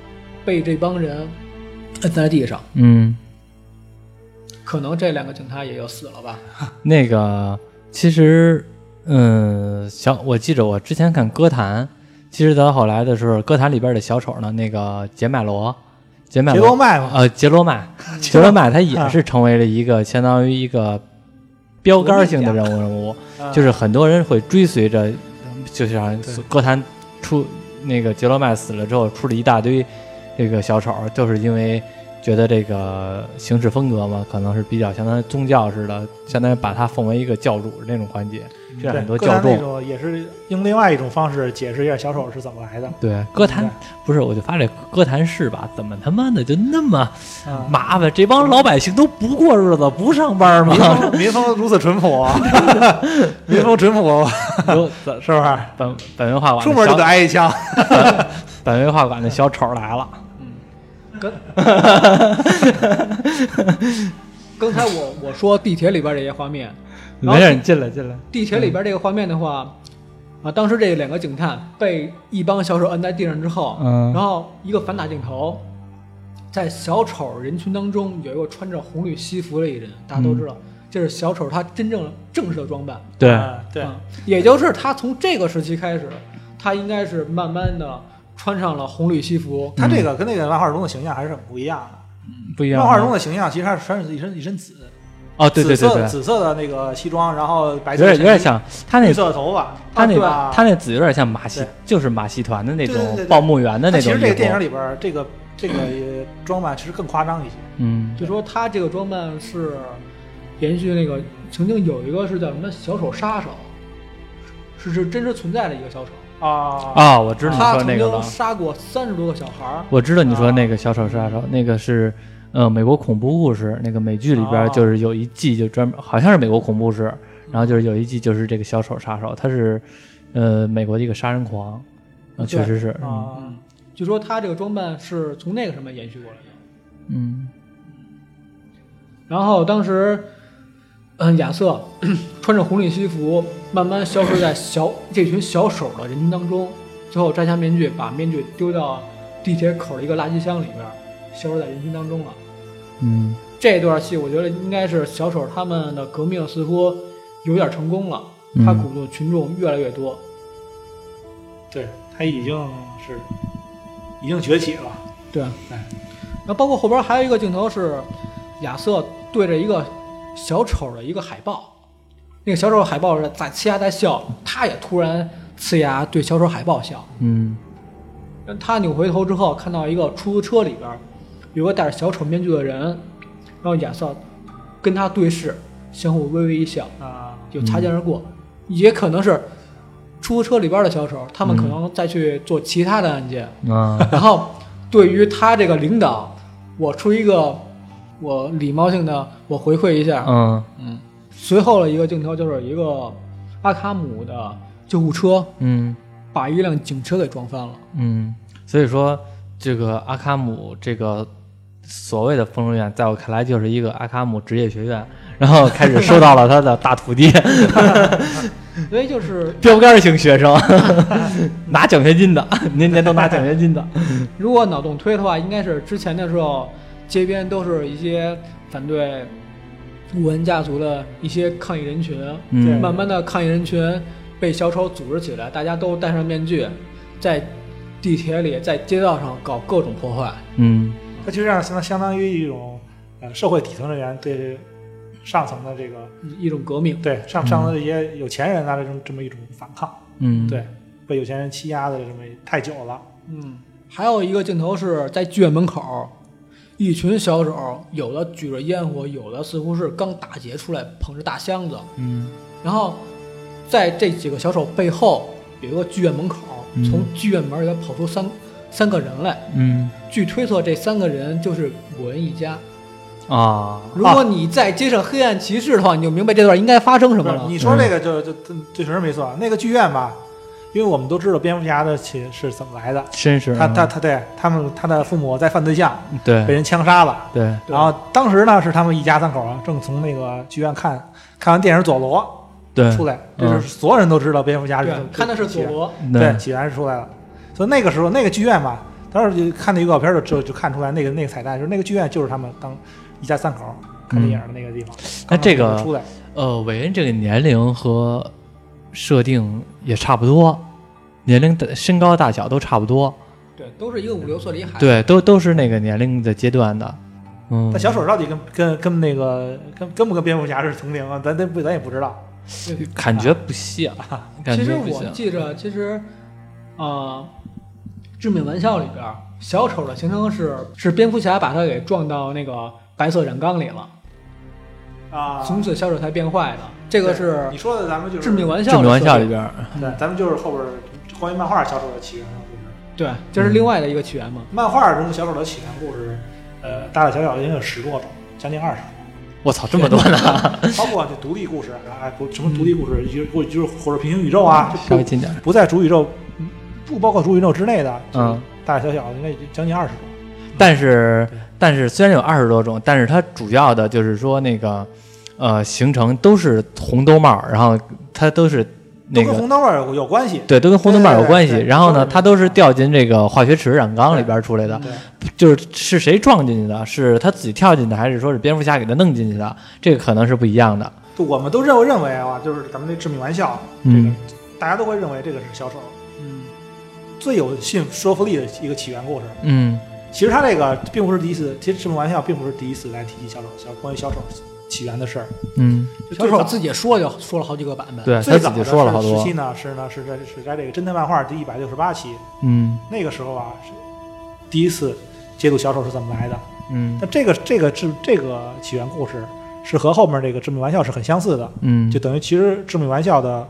被这帮人摁在地上，
嗯，
可能这两个警察也就死了吧。
那个其实，嗯，小我记着我之前看歌坛，其实到后来的时候，歌坛里边的小丑呢，那个杰麦罗，杰麦
杰
罗
罗麦嘛，
呃，杰罗麦， 杰罗麦他啊也是成为了一个相当于一个标杆性的人物人物，
啊嗯
就是很多人会追随着，就像
对
歌坛出那个杰罗麦死了之后出了一大堆这个小丑，就是因为觉得这个行事风格嘛，可能是比较相当于宗教似的，相当于把他奉为一个教主那种环节，这样
嗯对
很多
各
教
大那
众。
种也是用另外一种方式解释一下小丑是怎么来的
对，歌坛
明白
不是，我就发这歌坛是吧？怎么他妈的就那么
啊。
麻烦？这帮老百姓都不过日子，不上 班吗
嗯民？风民风如此淳朴，啊 民风淳朴啊
有本
是不是？
本本文化馆的
出门 就
小
得挨一枪。
本文化馆的小丑来了，
刚刚才我我说地铁里边这些画面，然后
没事，你进来进来。
地铁里边这个画面的话，啊，当时这两个警探被一帮小丑摁在地上之后，
嗯
然后一个反打镜头，在小丑人群当中有一个穿着红绿西服的一人，大家都知道，
嗯
这是小丑他真正正式的装扮。
对，
啊对
嗯，也就是他从这个时期开始，他应该是慢慢的穿上了红绿西服，
他这个跟那个漫画中的形象还是很不一样的。
嗯不一样啊
漫
吗。
画中的形象其实他是穿着一身一身紫，
哦，对对对
紫色
对，
紫色的那个西装，然后白
有
色的
点
衬
有点
衣
像他那
绿色的头发，啊
他那
对吧
他那紫有点像马戏
对，
就是马戏团的那
对对对
种
对
报幕员的那种
但其
衣
实
服。
这个电影里边儿，这个这个呃装扮其实更夸张一些。
嗯，
就说他这个装扮是延续那个曾经有一个是叫什么小丑杀手，是是真实存在的一个小丑，
啊
啊，我知道你
他
说
曾
那个
经
了，
杀过三十多个小孩儿，
我知道
啊
你说那个小丑杀手，那个是。呃，美国恐怖故事那个美剧里边
哦
就是有一季就专门，好像是美国恐怖故事，然后就是有一季就是这个小丑杀手，他是，呃，美国的一个杀人狂，呃
对
确实是，嗯
啊，
就说他这个装扮是从那个上面延续过来的。
嗯
然后当时，嗯，亚瑟穿着红领西服，慢慢消失在小这群小手的人群当中，最后摘下面具，把面具丢到地铁口的一个垃圾箱里边，消失在人群当中了。
嗯
这段戏我觉得应该是小丑他们的革命似乎有点成功了，
嗯
他鼓动群众越来越多。
对他已经是已经崛起了。
对，
对
然后包括后边还有一个镜头是亚瑟对着一个小丑的一个海报，那个小丑海报是在呲牙在笑，他也突然呲牙对小丑海报笑。
嗯
然后他扭回头之后，看到一个出租车里边有个戴着小丑面具的人，然后亚瑟跟他对视，相互微微一笑，
啊，
就擦肩而过。也可能是出租车里边的小丑，他们可能再去做其他的案件。
啊，
然后对于他这个领导，我出一个我礼貌性的我回馈一下。
嗯
嗯，随后的一个镜头就是一个阿卡姆的救护车
嗯
把一辆警车给撞翻了。
嗯，所以说这个阿卡姆这个所谓的疯人院，在我看来就是一个阿卡姆职业学院，然后开始收到了他的大徒弟
所以就是，
标杆型学生， 拿奖学金的，年年都拿奖学金的，
如果脑洞推的话，应该是之前的时候，街边都是一些反对乌文家族的一些抗议人群。
嗯
慢慢的抗议人群被小丑组织起来，大家都戴上面具，在地铁里、在街道上搞各种破坏。
嗯
他就让相当相当于一种呃社会底层人员对上层的这个
一种革命。
对上上层的一些有钱人啊这种这么一种反抗，
嗯，
对被有钱人欺压的这么一太久了。
嗯，还有一个镜头是在剧院门口，一群小丑，有的举着烟火，有的似乎是刚打劫出来，捧着大箱子。
嗯
然后，在这几个小丑背后，有一个剧院门口，
嗯
从剧院门里边跑出三三个人来。
嗯
据推测，这三个人就是古恩一家。
啊，
如果你再接上黑暗骑士的话，你就明白这段应该发生什么
不
了
是。你
嗯
说这个就就嗯就确实没错。啊那个剧院吧，因为我们都知道蝙蝠侠的起是怎么来的，
真是啊嗯
他他他对他们他的父母在犯罪下被
对
人枪杀了。
对，
对
然后当时呢，是他们一家三口啊，正从那个剧院看看完电影《佐罗
对》
出来，
嗯
这就是所有人都知道蝙蝠侠是
对
怎么，
看的是佐，罗，
对，起源是出来了。所以那个时候那个剧院嘛，当时就看那预告片就就就看出来那个那个彩蛋，就是那个剧院就是他们当一家三口看电影的那个地方。
那哎这个
刚刚出来
呃，韦恩这个年龄和设定也差不多，年龄的身高大小都差不多，
对，都是一个五六岁的一孩子。
对，都都是那个年龄的阶段的。嗯
那，小丑到底跟跟跟那个跟跟不跟蝙蝠侠是同龄啊？咱咱不咱也不知道。
感觉不像，
啊
感
其实
觉不
我
像。
记着，其实，啊、致命玩笑》里边儿，小丑的形成是是蝙蝠侠把他给撞到那个白色染缸里了，
啊
从此小丑才变坏的。这个是
你说的，咱们就
《
是
致命玩
致
笑》
命
的
玩笑
设
里
定
边，
对，咱们就是后边关于漫画小丑的起源的故事。
对，这是
嗯
另外的一个起源嘛。
漫画中小丑的起源故事，呃，大大小小也有十多种，将近二十
我操，这么多呢！
种，包括这独立故事啊，哎不，什么独立故事，就是或就是或者平行宇宙啊，
稍
就
微
不
近点儿。
不在主宇宙，不包括主宇宙之内的，就是
嗯
大大小小应该将近二十种。
但是
对，
但是虽然有二十多种，但是它主要的就是说那个，呃，形成都是红兜帽，然后它都是那
都跟
个，
红灯帽有有关系。
对，都跟红兜帽有
对对
关系。
对对
然后呢，
都是
它都是掉进这个化学池染缸里边出来的。
对，
就是是谁撞进去的？是他自己跳进的，还是说是蝙蝠侠给他弄进去的？这个可能是不一样的。
就我们都认为认为啊，就是咱们那致命玩笑，这个
嗯
大家都会认为这个是小丑，
嗯
最有信说服力的一个起源故事。
嗯
其实他这个并不是第一次，其实这种玩笑并不是第一次来提及小丑小关于小丑起源的事儿。
嗯，
就
小
最
丑
早
自己也说就说了好几个版本，
对他
呃最早
自己
的
说了好
时
多
期，呢是呢是在是在这个侦探漫画第一百六十八期，
嗯
那个时候啊是第一次揭露小丑是怎么来的。
嗯
那这个这个致这个起源故事是和后面这个致命玩笑是很相似的，
嗯，
就等于其实致命玩笑的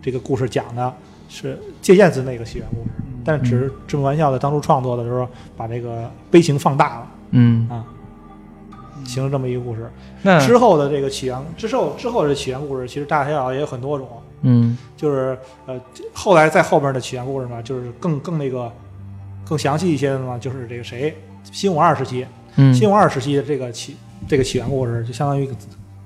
这个故事讲的是借鉴自那个起源故事，
嗯
但是只是致命玩笑的当初创作的时候把这个悲情放大了
嗯，
啊，
嗯
形成这么一个故事。
那
之后的这个起源，之后之后的起源故事，其实大小小也有很多种，
嗯
就是呃后来在后边的起源故事嘛，就是更更那个更详细一些的嘛，就是这个谁新五二时期。
嗯
新五二时期的这个起这个起源故事，就相当于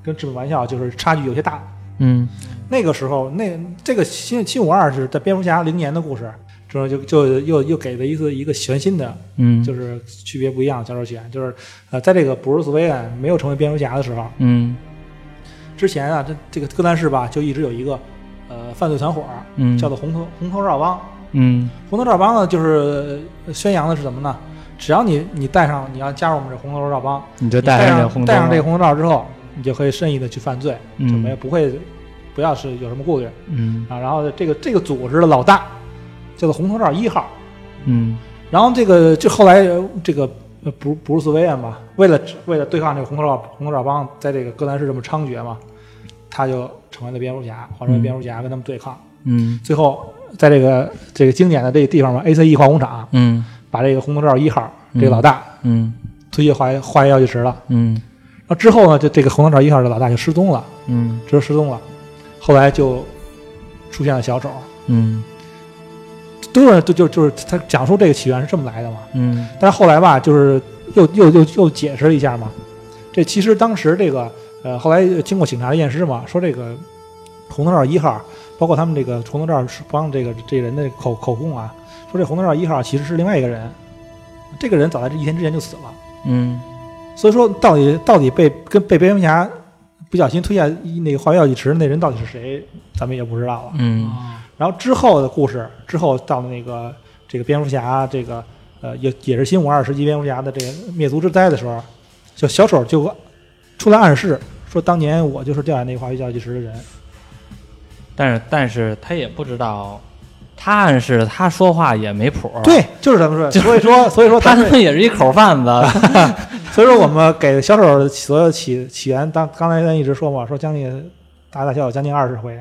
跟致命玩笑就是差距有些大。
嗯
那个时候，那这个新新五二是在蝙蝠侠零年的故事，之后就就又又给了一个一个全新的，
嗯
就是区别不一样的小丑起源，就是呃，在这个布鲁斯韦恩没有成为蝙蝠侠的时候，
嗯
之前啊，这这个哥谭市吧就一直有一个呃犯罪团伙儿
嗯
叫做红头红头罩帮，
嗯
红头罩帮呢就是呃宣扬的是什么呢？只要你你带上你要加入我们这红头罩帮。
你就
你戴
戴上这
上
红
戴上这
灯
个红头罩之后，你就可以任意的去犯罪，
嗯
就没有不会不要是有什么顾虑
嗯
啊。然后这个这个组织的老大叫做红头罩一号，
嗯
然后这个就后来呃这个呃布布鲁斯韦恩吧，为了为了对抗这个红头罩红头罩帮在这个哥谭市这么猖獗嘛，他就成为了蝙蝠侠，化身为
嗯
蝙蝠侠跟他们对抗，
嗯
最后。在这个这个经典的这个地方嘛，A C E 化工厂
嗯
把这个红头罩一号这个老大
嗯
推卸化化学药剂池了，
嗯
然后之后呢，就这个红头罩一号的老大就失踪了，
嗯
直接失踪了。后来就出现了小丑，
嗯
都是就就就是他讲述这个起源是这么来的嘛。
嗯
但是后来吧，就是又又又又解释了一下嘛。这其实当时这个呃，后来经过警察的验尸嘛，说这个红头罩一号，包括他们这个红头罩帮这个这人的口口供啊，说这红头罩一号其实是另外一个人，这个人早在这一天之前就死了。
嗯
所以说，到底到底被跟被蝙蝠侠不小心推下一那个化学药剂池的那人到底是谁，咱们也不知道了。
嗯
啊，
然后之后的故事，之后到了那个这个蝙蝠侠这个呃也也是新五二时期蝙蝠侠的这个灭族之灾的时候，就小丑就出来暗示说，当年我就是掉下那个化学药剂池的人。
但是但是他也不知道，他暗示他说话也没谱，，
对，就是咱们说，
就是
所以说所以说
他
咱
他
们
妈也是一口贩子，
所以说我们给小丑的所有起起源，当刚才咱一直说嘛，说将近大大小小将近二十回，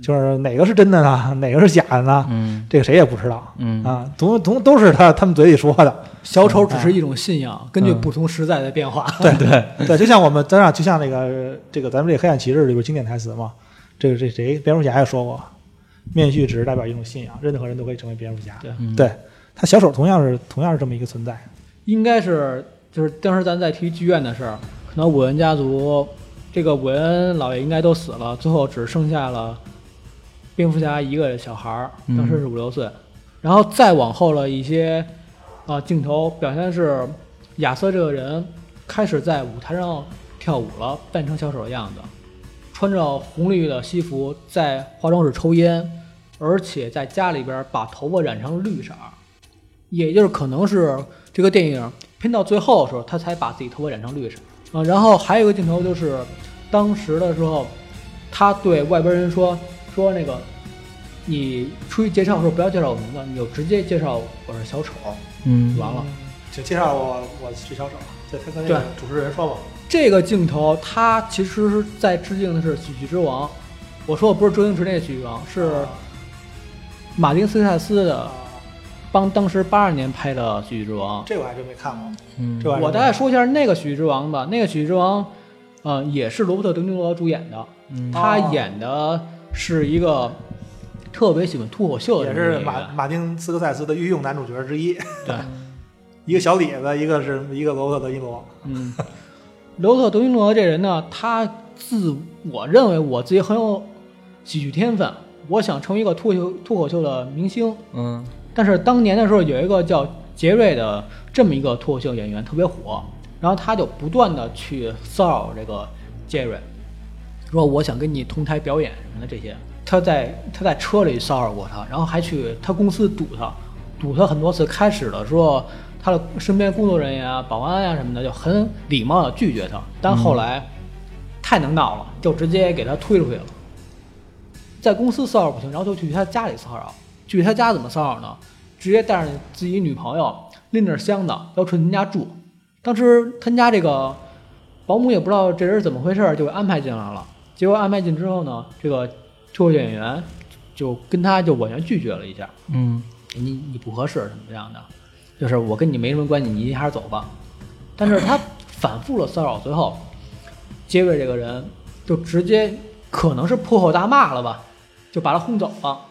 就是哪个是真的呢？哪个是假的呢？
嗯
这个谁也不知道
嗯
啊，都都都是他他们嘴里说的。
小丑只是一种
嗯
信仰，根据不同时代的变化，
对对对，就像我们咱俩，就像那个这个咱们这个黑暗骑士里边经典台词嘛，这个这谁蝙蝠侠也说过，面具只是代表一种信仰，任何人都可以成为蝙蝠侠。
对
嗯
对他小丑同样是同样是这么一个存
嗯
在。
应该是就是当时咱在提剧院的事儿，可能韦恩家族这个韦恩老爷应该都死了，最后只剩下了蝙蝠侠一个小孩儿，
嗯
当时是五六岁，然后再往后了一些啊镜头表现是亚瑟这个人开始在舞台上跳舞了，扮成小丑的样子，穿着红绿的西服，在化妆室抽烟，而且在家里边把头发染成绿色儿。也就是可能是这个电影拼到最后的时候，他才把自己头发染成绿色啊。然后还有一个镜头就是，当时的时候，他对外边人说说那个，你出去介绍的时候不要介绍我名字，你就直接介绍我是小丑。
嗯
完了，
请介绍我我是小丑，对他跟
对
主持人说嘛，
这个镜头他其实是在致敬的是《喜剧之王》，我说我不是周星驰那个《喜剧之王》，是
啊
马丁斯科塞斯的
呃
帮当时八二年拍的《喜剧之王》。
这我还真没看过，
嗯
玩意儿
我大概说一下那个《喜剧之王》吧，那个《喜剧之王》，呃，也是罗伯特·德尼罗主演的，
哦
嗯
他演的是一个特别喜欢脱口秀的
也
这么
是
一个
马
人，
马丁斯科塞斯的御用男主角之一，
对，
一个小李子，一个是一个罗伯特德尼罗。
嗯，罗伯特·德尼罗这人呢，他自我认为我自己很有喜剧天分，我想成为一个脱口脱口秀的明星，
嗯
但是当年的时候，有一个叫杰瑞的这么一个脱口秀演员特别火，然后他就不断的去骚扰这个杰瑞，说我想跟你同台表演什么的这些。他在他在车里骚扰过他，然后还去他公司堵他，堵他很多次。开始的时候，他的身边工作人员啊、保安啊什么的就很礼貌的拒绝他，但后来太能闹了，就直接给他推出去了。在公司骚扰不行，然后就去他家里骚扰。去他家怎么骚扰呢？直接带着自己女朋友拎着箱子要去他家住。当时他家这个保姆也不知道这人怎么回事，就给安排进来了。结果安排进之后呢，这个脱口演员就跟他就婉言拒绝了一下，
嗯
你你不合适什么样的，就是我跟你没什么关系，你还是走吧。但是他反复了骚扰，最后杰瑞这个人就直接可能是破口大骂了吧，就把他轰走了。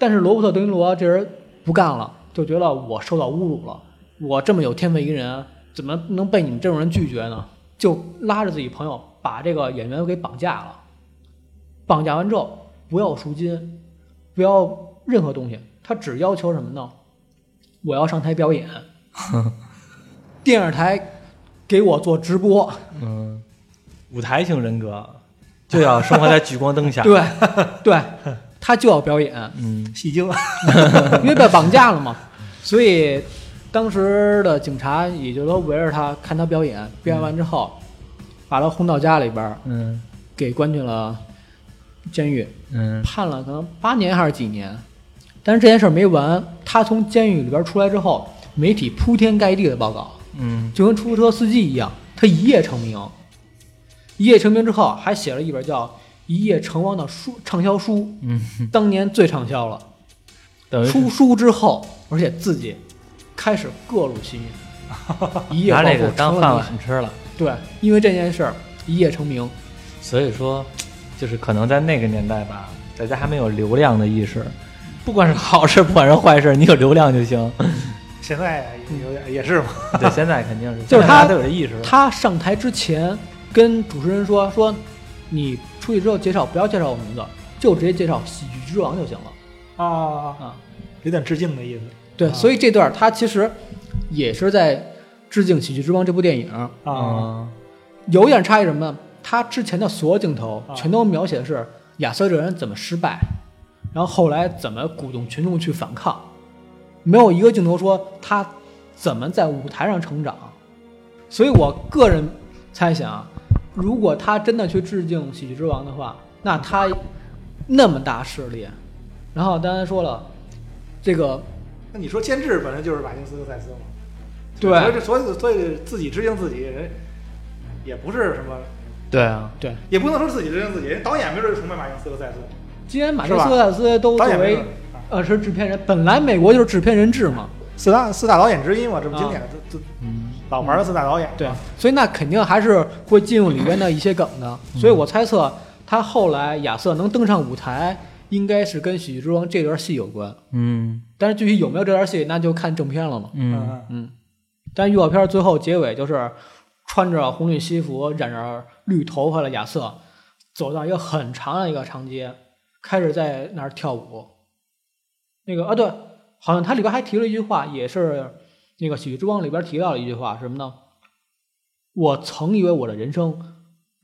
但是罗伯特·德尼罗这人不干了，就觉得我受到侮辱了，我这么有天分一个人，怎么能被你们这种人拒绝呢？就拉着自己朋友把这个演员给绑架了。绑架完之后，不要赎金，不要任何东西，他只要求什么呢？我要上台表演， 电视台给我做直播。
嗯，舞台型人格就要生活在聚光灯下。，
对，对， 他就要表演，
嗯
戏精，啊
因为被绑架了嘛，所以当时的警察也就都围着他看他表演，表演完之后，把他轰到家里边儿，
嗯
给关进了监狱，
嗯
判了可能八年还是几年。但是这件事儿没完，他从监狱里边儿出来之后，媒体铺天盖地的报道，
嗯
就跟出租车司机一样，他一夜成名。一夜成名之后，还写了一本叫《一夜成王》的书畅销书，
嗯，
当年最畅销了。
等于
出书之后，而且自己开始各路新 人，一夜
拿
暴
这
富
个当
成
饭
了
碗吃了。
历史。对，因为这件事儿一夜成名。
所以说，就是可能在那个年代吧，大家还没有流量的意识，不管是好事，不管是坏事，你有流量就行。
现在也有点也是嘛，
对，现在肯定是，
就是
现在大
他
家都有这意识了。
他上台之前跟主持人说：“说你出去之后介绍不要介绍我名字，就直接介绍喜剧之王就行了
啊，
啊。
有点致敬的意思”
对，
啊
所以这段他其实也是在致敬《喜剧之王》这部电影。
啊。
嗯，
有一点差异什么呢？他之前的所有镜头
啊
全都描写的是亚瑟这人怎么失败，然后后来怎么鼓动群众去反抗，没有一个镜头说他怎么在舞台上成长。所以我个人猜想啊，如果他真的去致敬《喜剧之王》的话，那他那么大势力，然后刚才说了，这个
那你说监制本身就是马丁斯科塞斯嘛？
对
所以这所以所以自己致敬自己，人也不是什么，
对啊，
对，
也不能说自己致敬自己，人导演没准就崇拜马丁斯科塞斯，
既然马丁
是
·
吧
斯科塞斯都作
导演没
为
准啊
呃是制片人，本来美国就是制片人制嘛。
四大四大导演之一嘛，这么经典的，这这
嗯
老牌的四大导演，
对，所以那肯定还是会进入里边的一些梗的。所以我猜测他后来亚瑟能登上舞台，应该是跟《喜剧之王》这段戏有关。
嗯
但是具体有没有这段戏，那就看正片了嘛。
嗯，
嗯，
嗯，但预告片最后结尾就是穿着红绿西服、染着绿头发的亚瑟，走到一个很长的一个长街，开始在那儿跳舞。那个啊，对，好像他里边还提了一句话，也是那个《喜剧之王》里边提到了一句话，什么呢？我曾以为我的人生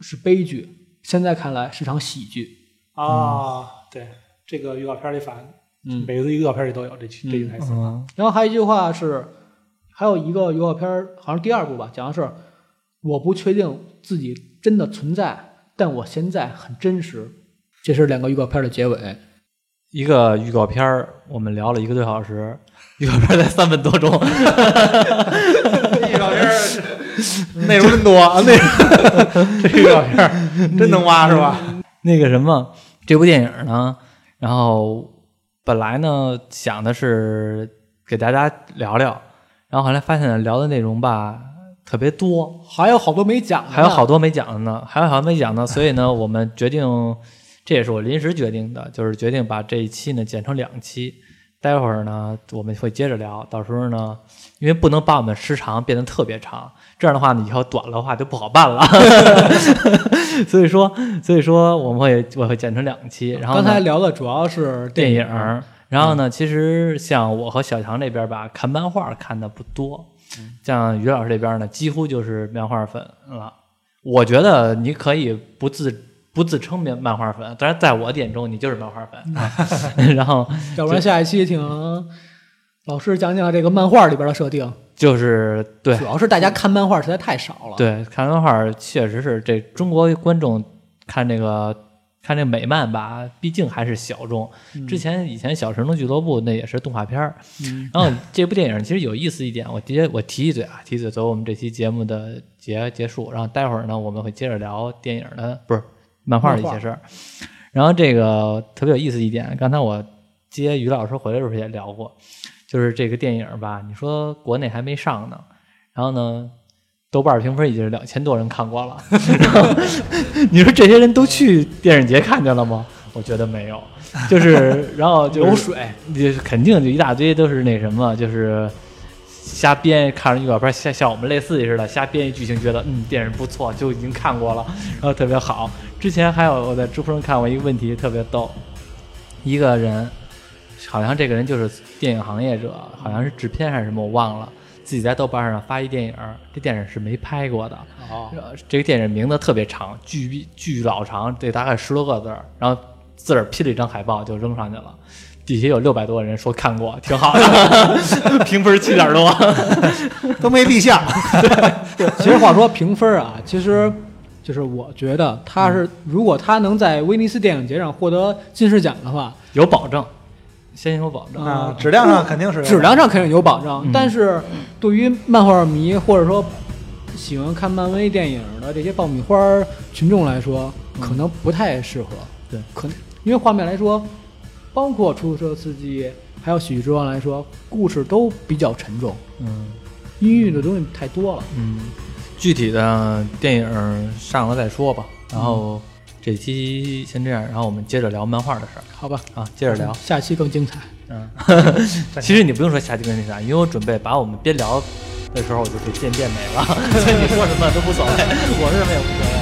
是悲剧，现在看来是场喜剧。
啊，对，这个预告片里反，
嗯，
每个预告片里都有这句这句台词，
嗯
然后还有一句话是，还有一个预告片儿，好像第二部吧，讲的是我不确定自己真的存在，但我现在很真实。这是两个预告片儿的结尾。
一个预告片儿，我们聊了一个多小时，预告片儿才三分多钟，
预告片 内容真多啊，内容这预告片儿真能挖是吧？
那个什么，这部电影呢，然后本来呢想的是给大家聊聊，然后后来发现聊的内容吧特别多，
还有好多没讲呢，
还有好多没讲的呢，还有好多没讲呢，所以呢，我们决定，这也是我临时决定的，就是决定把这一期呢剪成两期。待会儿呢，我们会接着聊。到时候呢，因为不能把我们时长变得特别长，这样的话呢，以后短了的话就不好办了。 所以说，所以说我们会我会剪成两期。然后呢
刚才聊的主要是
电
影
影，儿。然后呢，其实像我和小强这边吧，看漫画看的不多，像于老师这边呢，几乎就是漫画粉了。我觉得你可以不自不自称漫漫画粉，当然在我眼中你就是漫画粉。 啊然后
要不然下一期请老师讲讲这个漫画里边的设定。
就是对
主要是大家看漫画实在太少了。，
对，看漫画确实是这中国观众看这个看这美漫吧，毕竟还是小众。之前以前《小神龙俱乐部》那也是动画片儿，
嗯
然后这部电影其实有意思一点，我直接我提一嘴啊，提一嘴作为我们这期节目的结结束。然后待会儿呢，我们会接着聊电影的不是漫画的一些事儿。然后这个特别有意思一点，刚才我接于老师回来的时候也聊过，就是这个电影吧，你说国内还没上呢，然后呢，豆瓣评分已经是两千多人看过了， 然后你说这些人都去电影节看见了吗？我觉得没有， 就是然后就是
流水，
你肯定就一大堆都是那什么，就是瞎编，看着预告片儿像像我们类似似的瞎编一剧情，觉得嗯电影不错，就已经看过了， 然后特别好。之前还有我在知乎上看过一个问题，特别逗，一个人好像这个人就是电影行业者，好像是制片还是什么，我忘了。自己在豆瓣上发一电影儿，这电影是没拍过的，
哦，
呃这个电影名字特别长，巨巨老长，得大概十多个字儿，然后自个儿拼了一张海报就扔上去了。底下有六百多人说看过，挺好的， 评分七点多。
都没立项。
其实话说评分啊，其实就是我觉得他是，如果他能在威尼斯电影节上获得金狮奖的话，
有保证，先有保证。
啊
啊，质量上肯定是
质量上肯定有保障
嗯。
但是对于漫画迷或者说喜欢看漫威电影的这些爆米花群众来说，可能不太适合。
嗯对，
可因为画面来说，包括出租车司机还有喜剧之王来说，故事都比较沉重，
嗯
阴郁的东西太多了。
嗯，具体的电影上了再说吧。然后这期先这样，然后我们接着聊漫画的事
好吧，
儿啊，接着聊。
下期更精彩。
嗯，其实你不用说下期跟那啥，因为我准备把 我们边聊的时候我就可以渐渐没了，所以你说什么都无所谓，我是没有无所谓。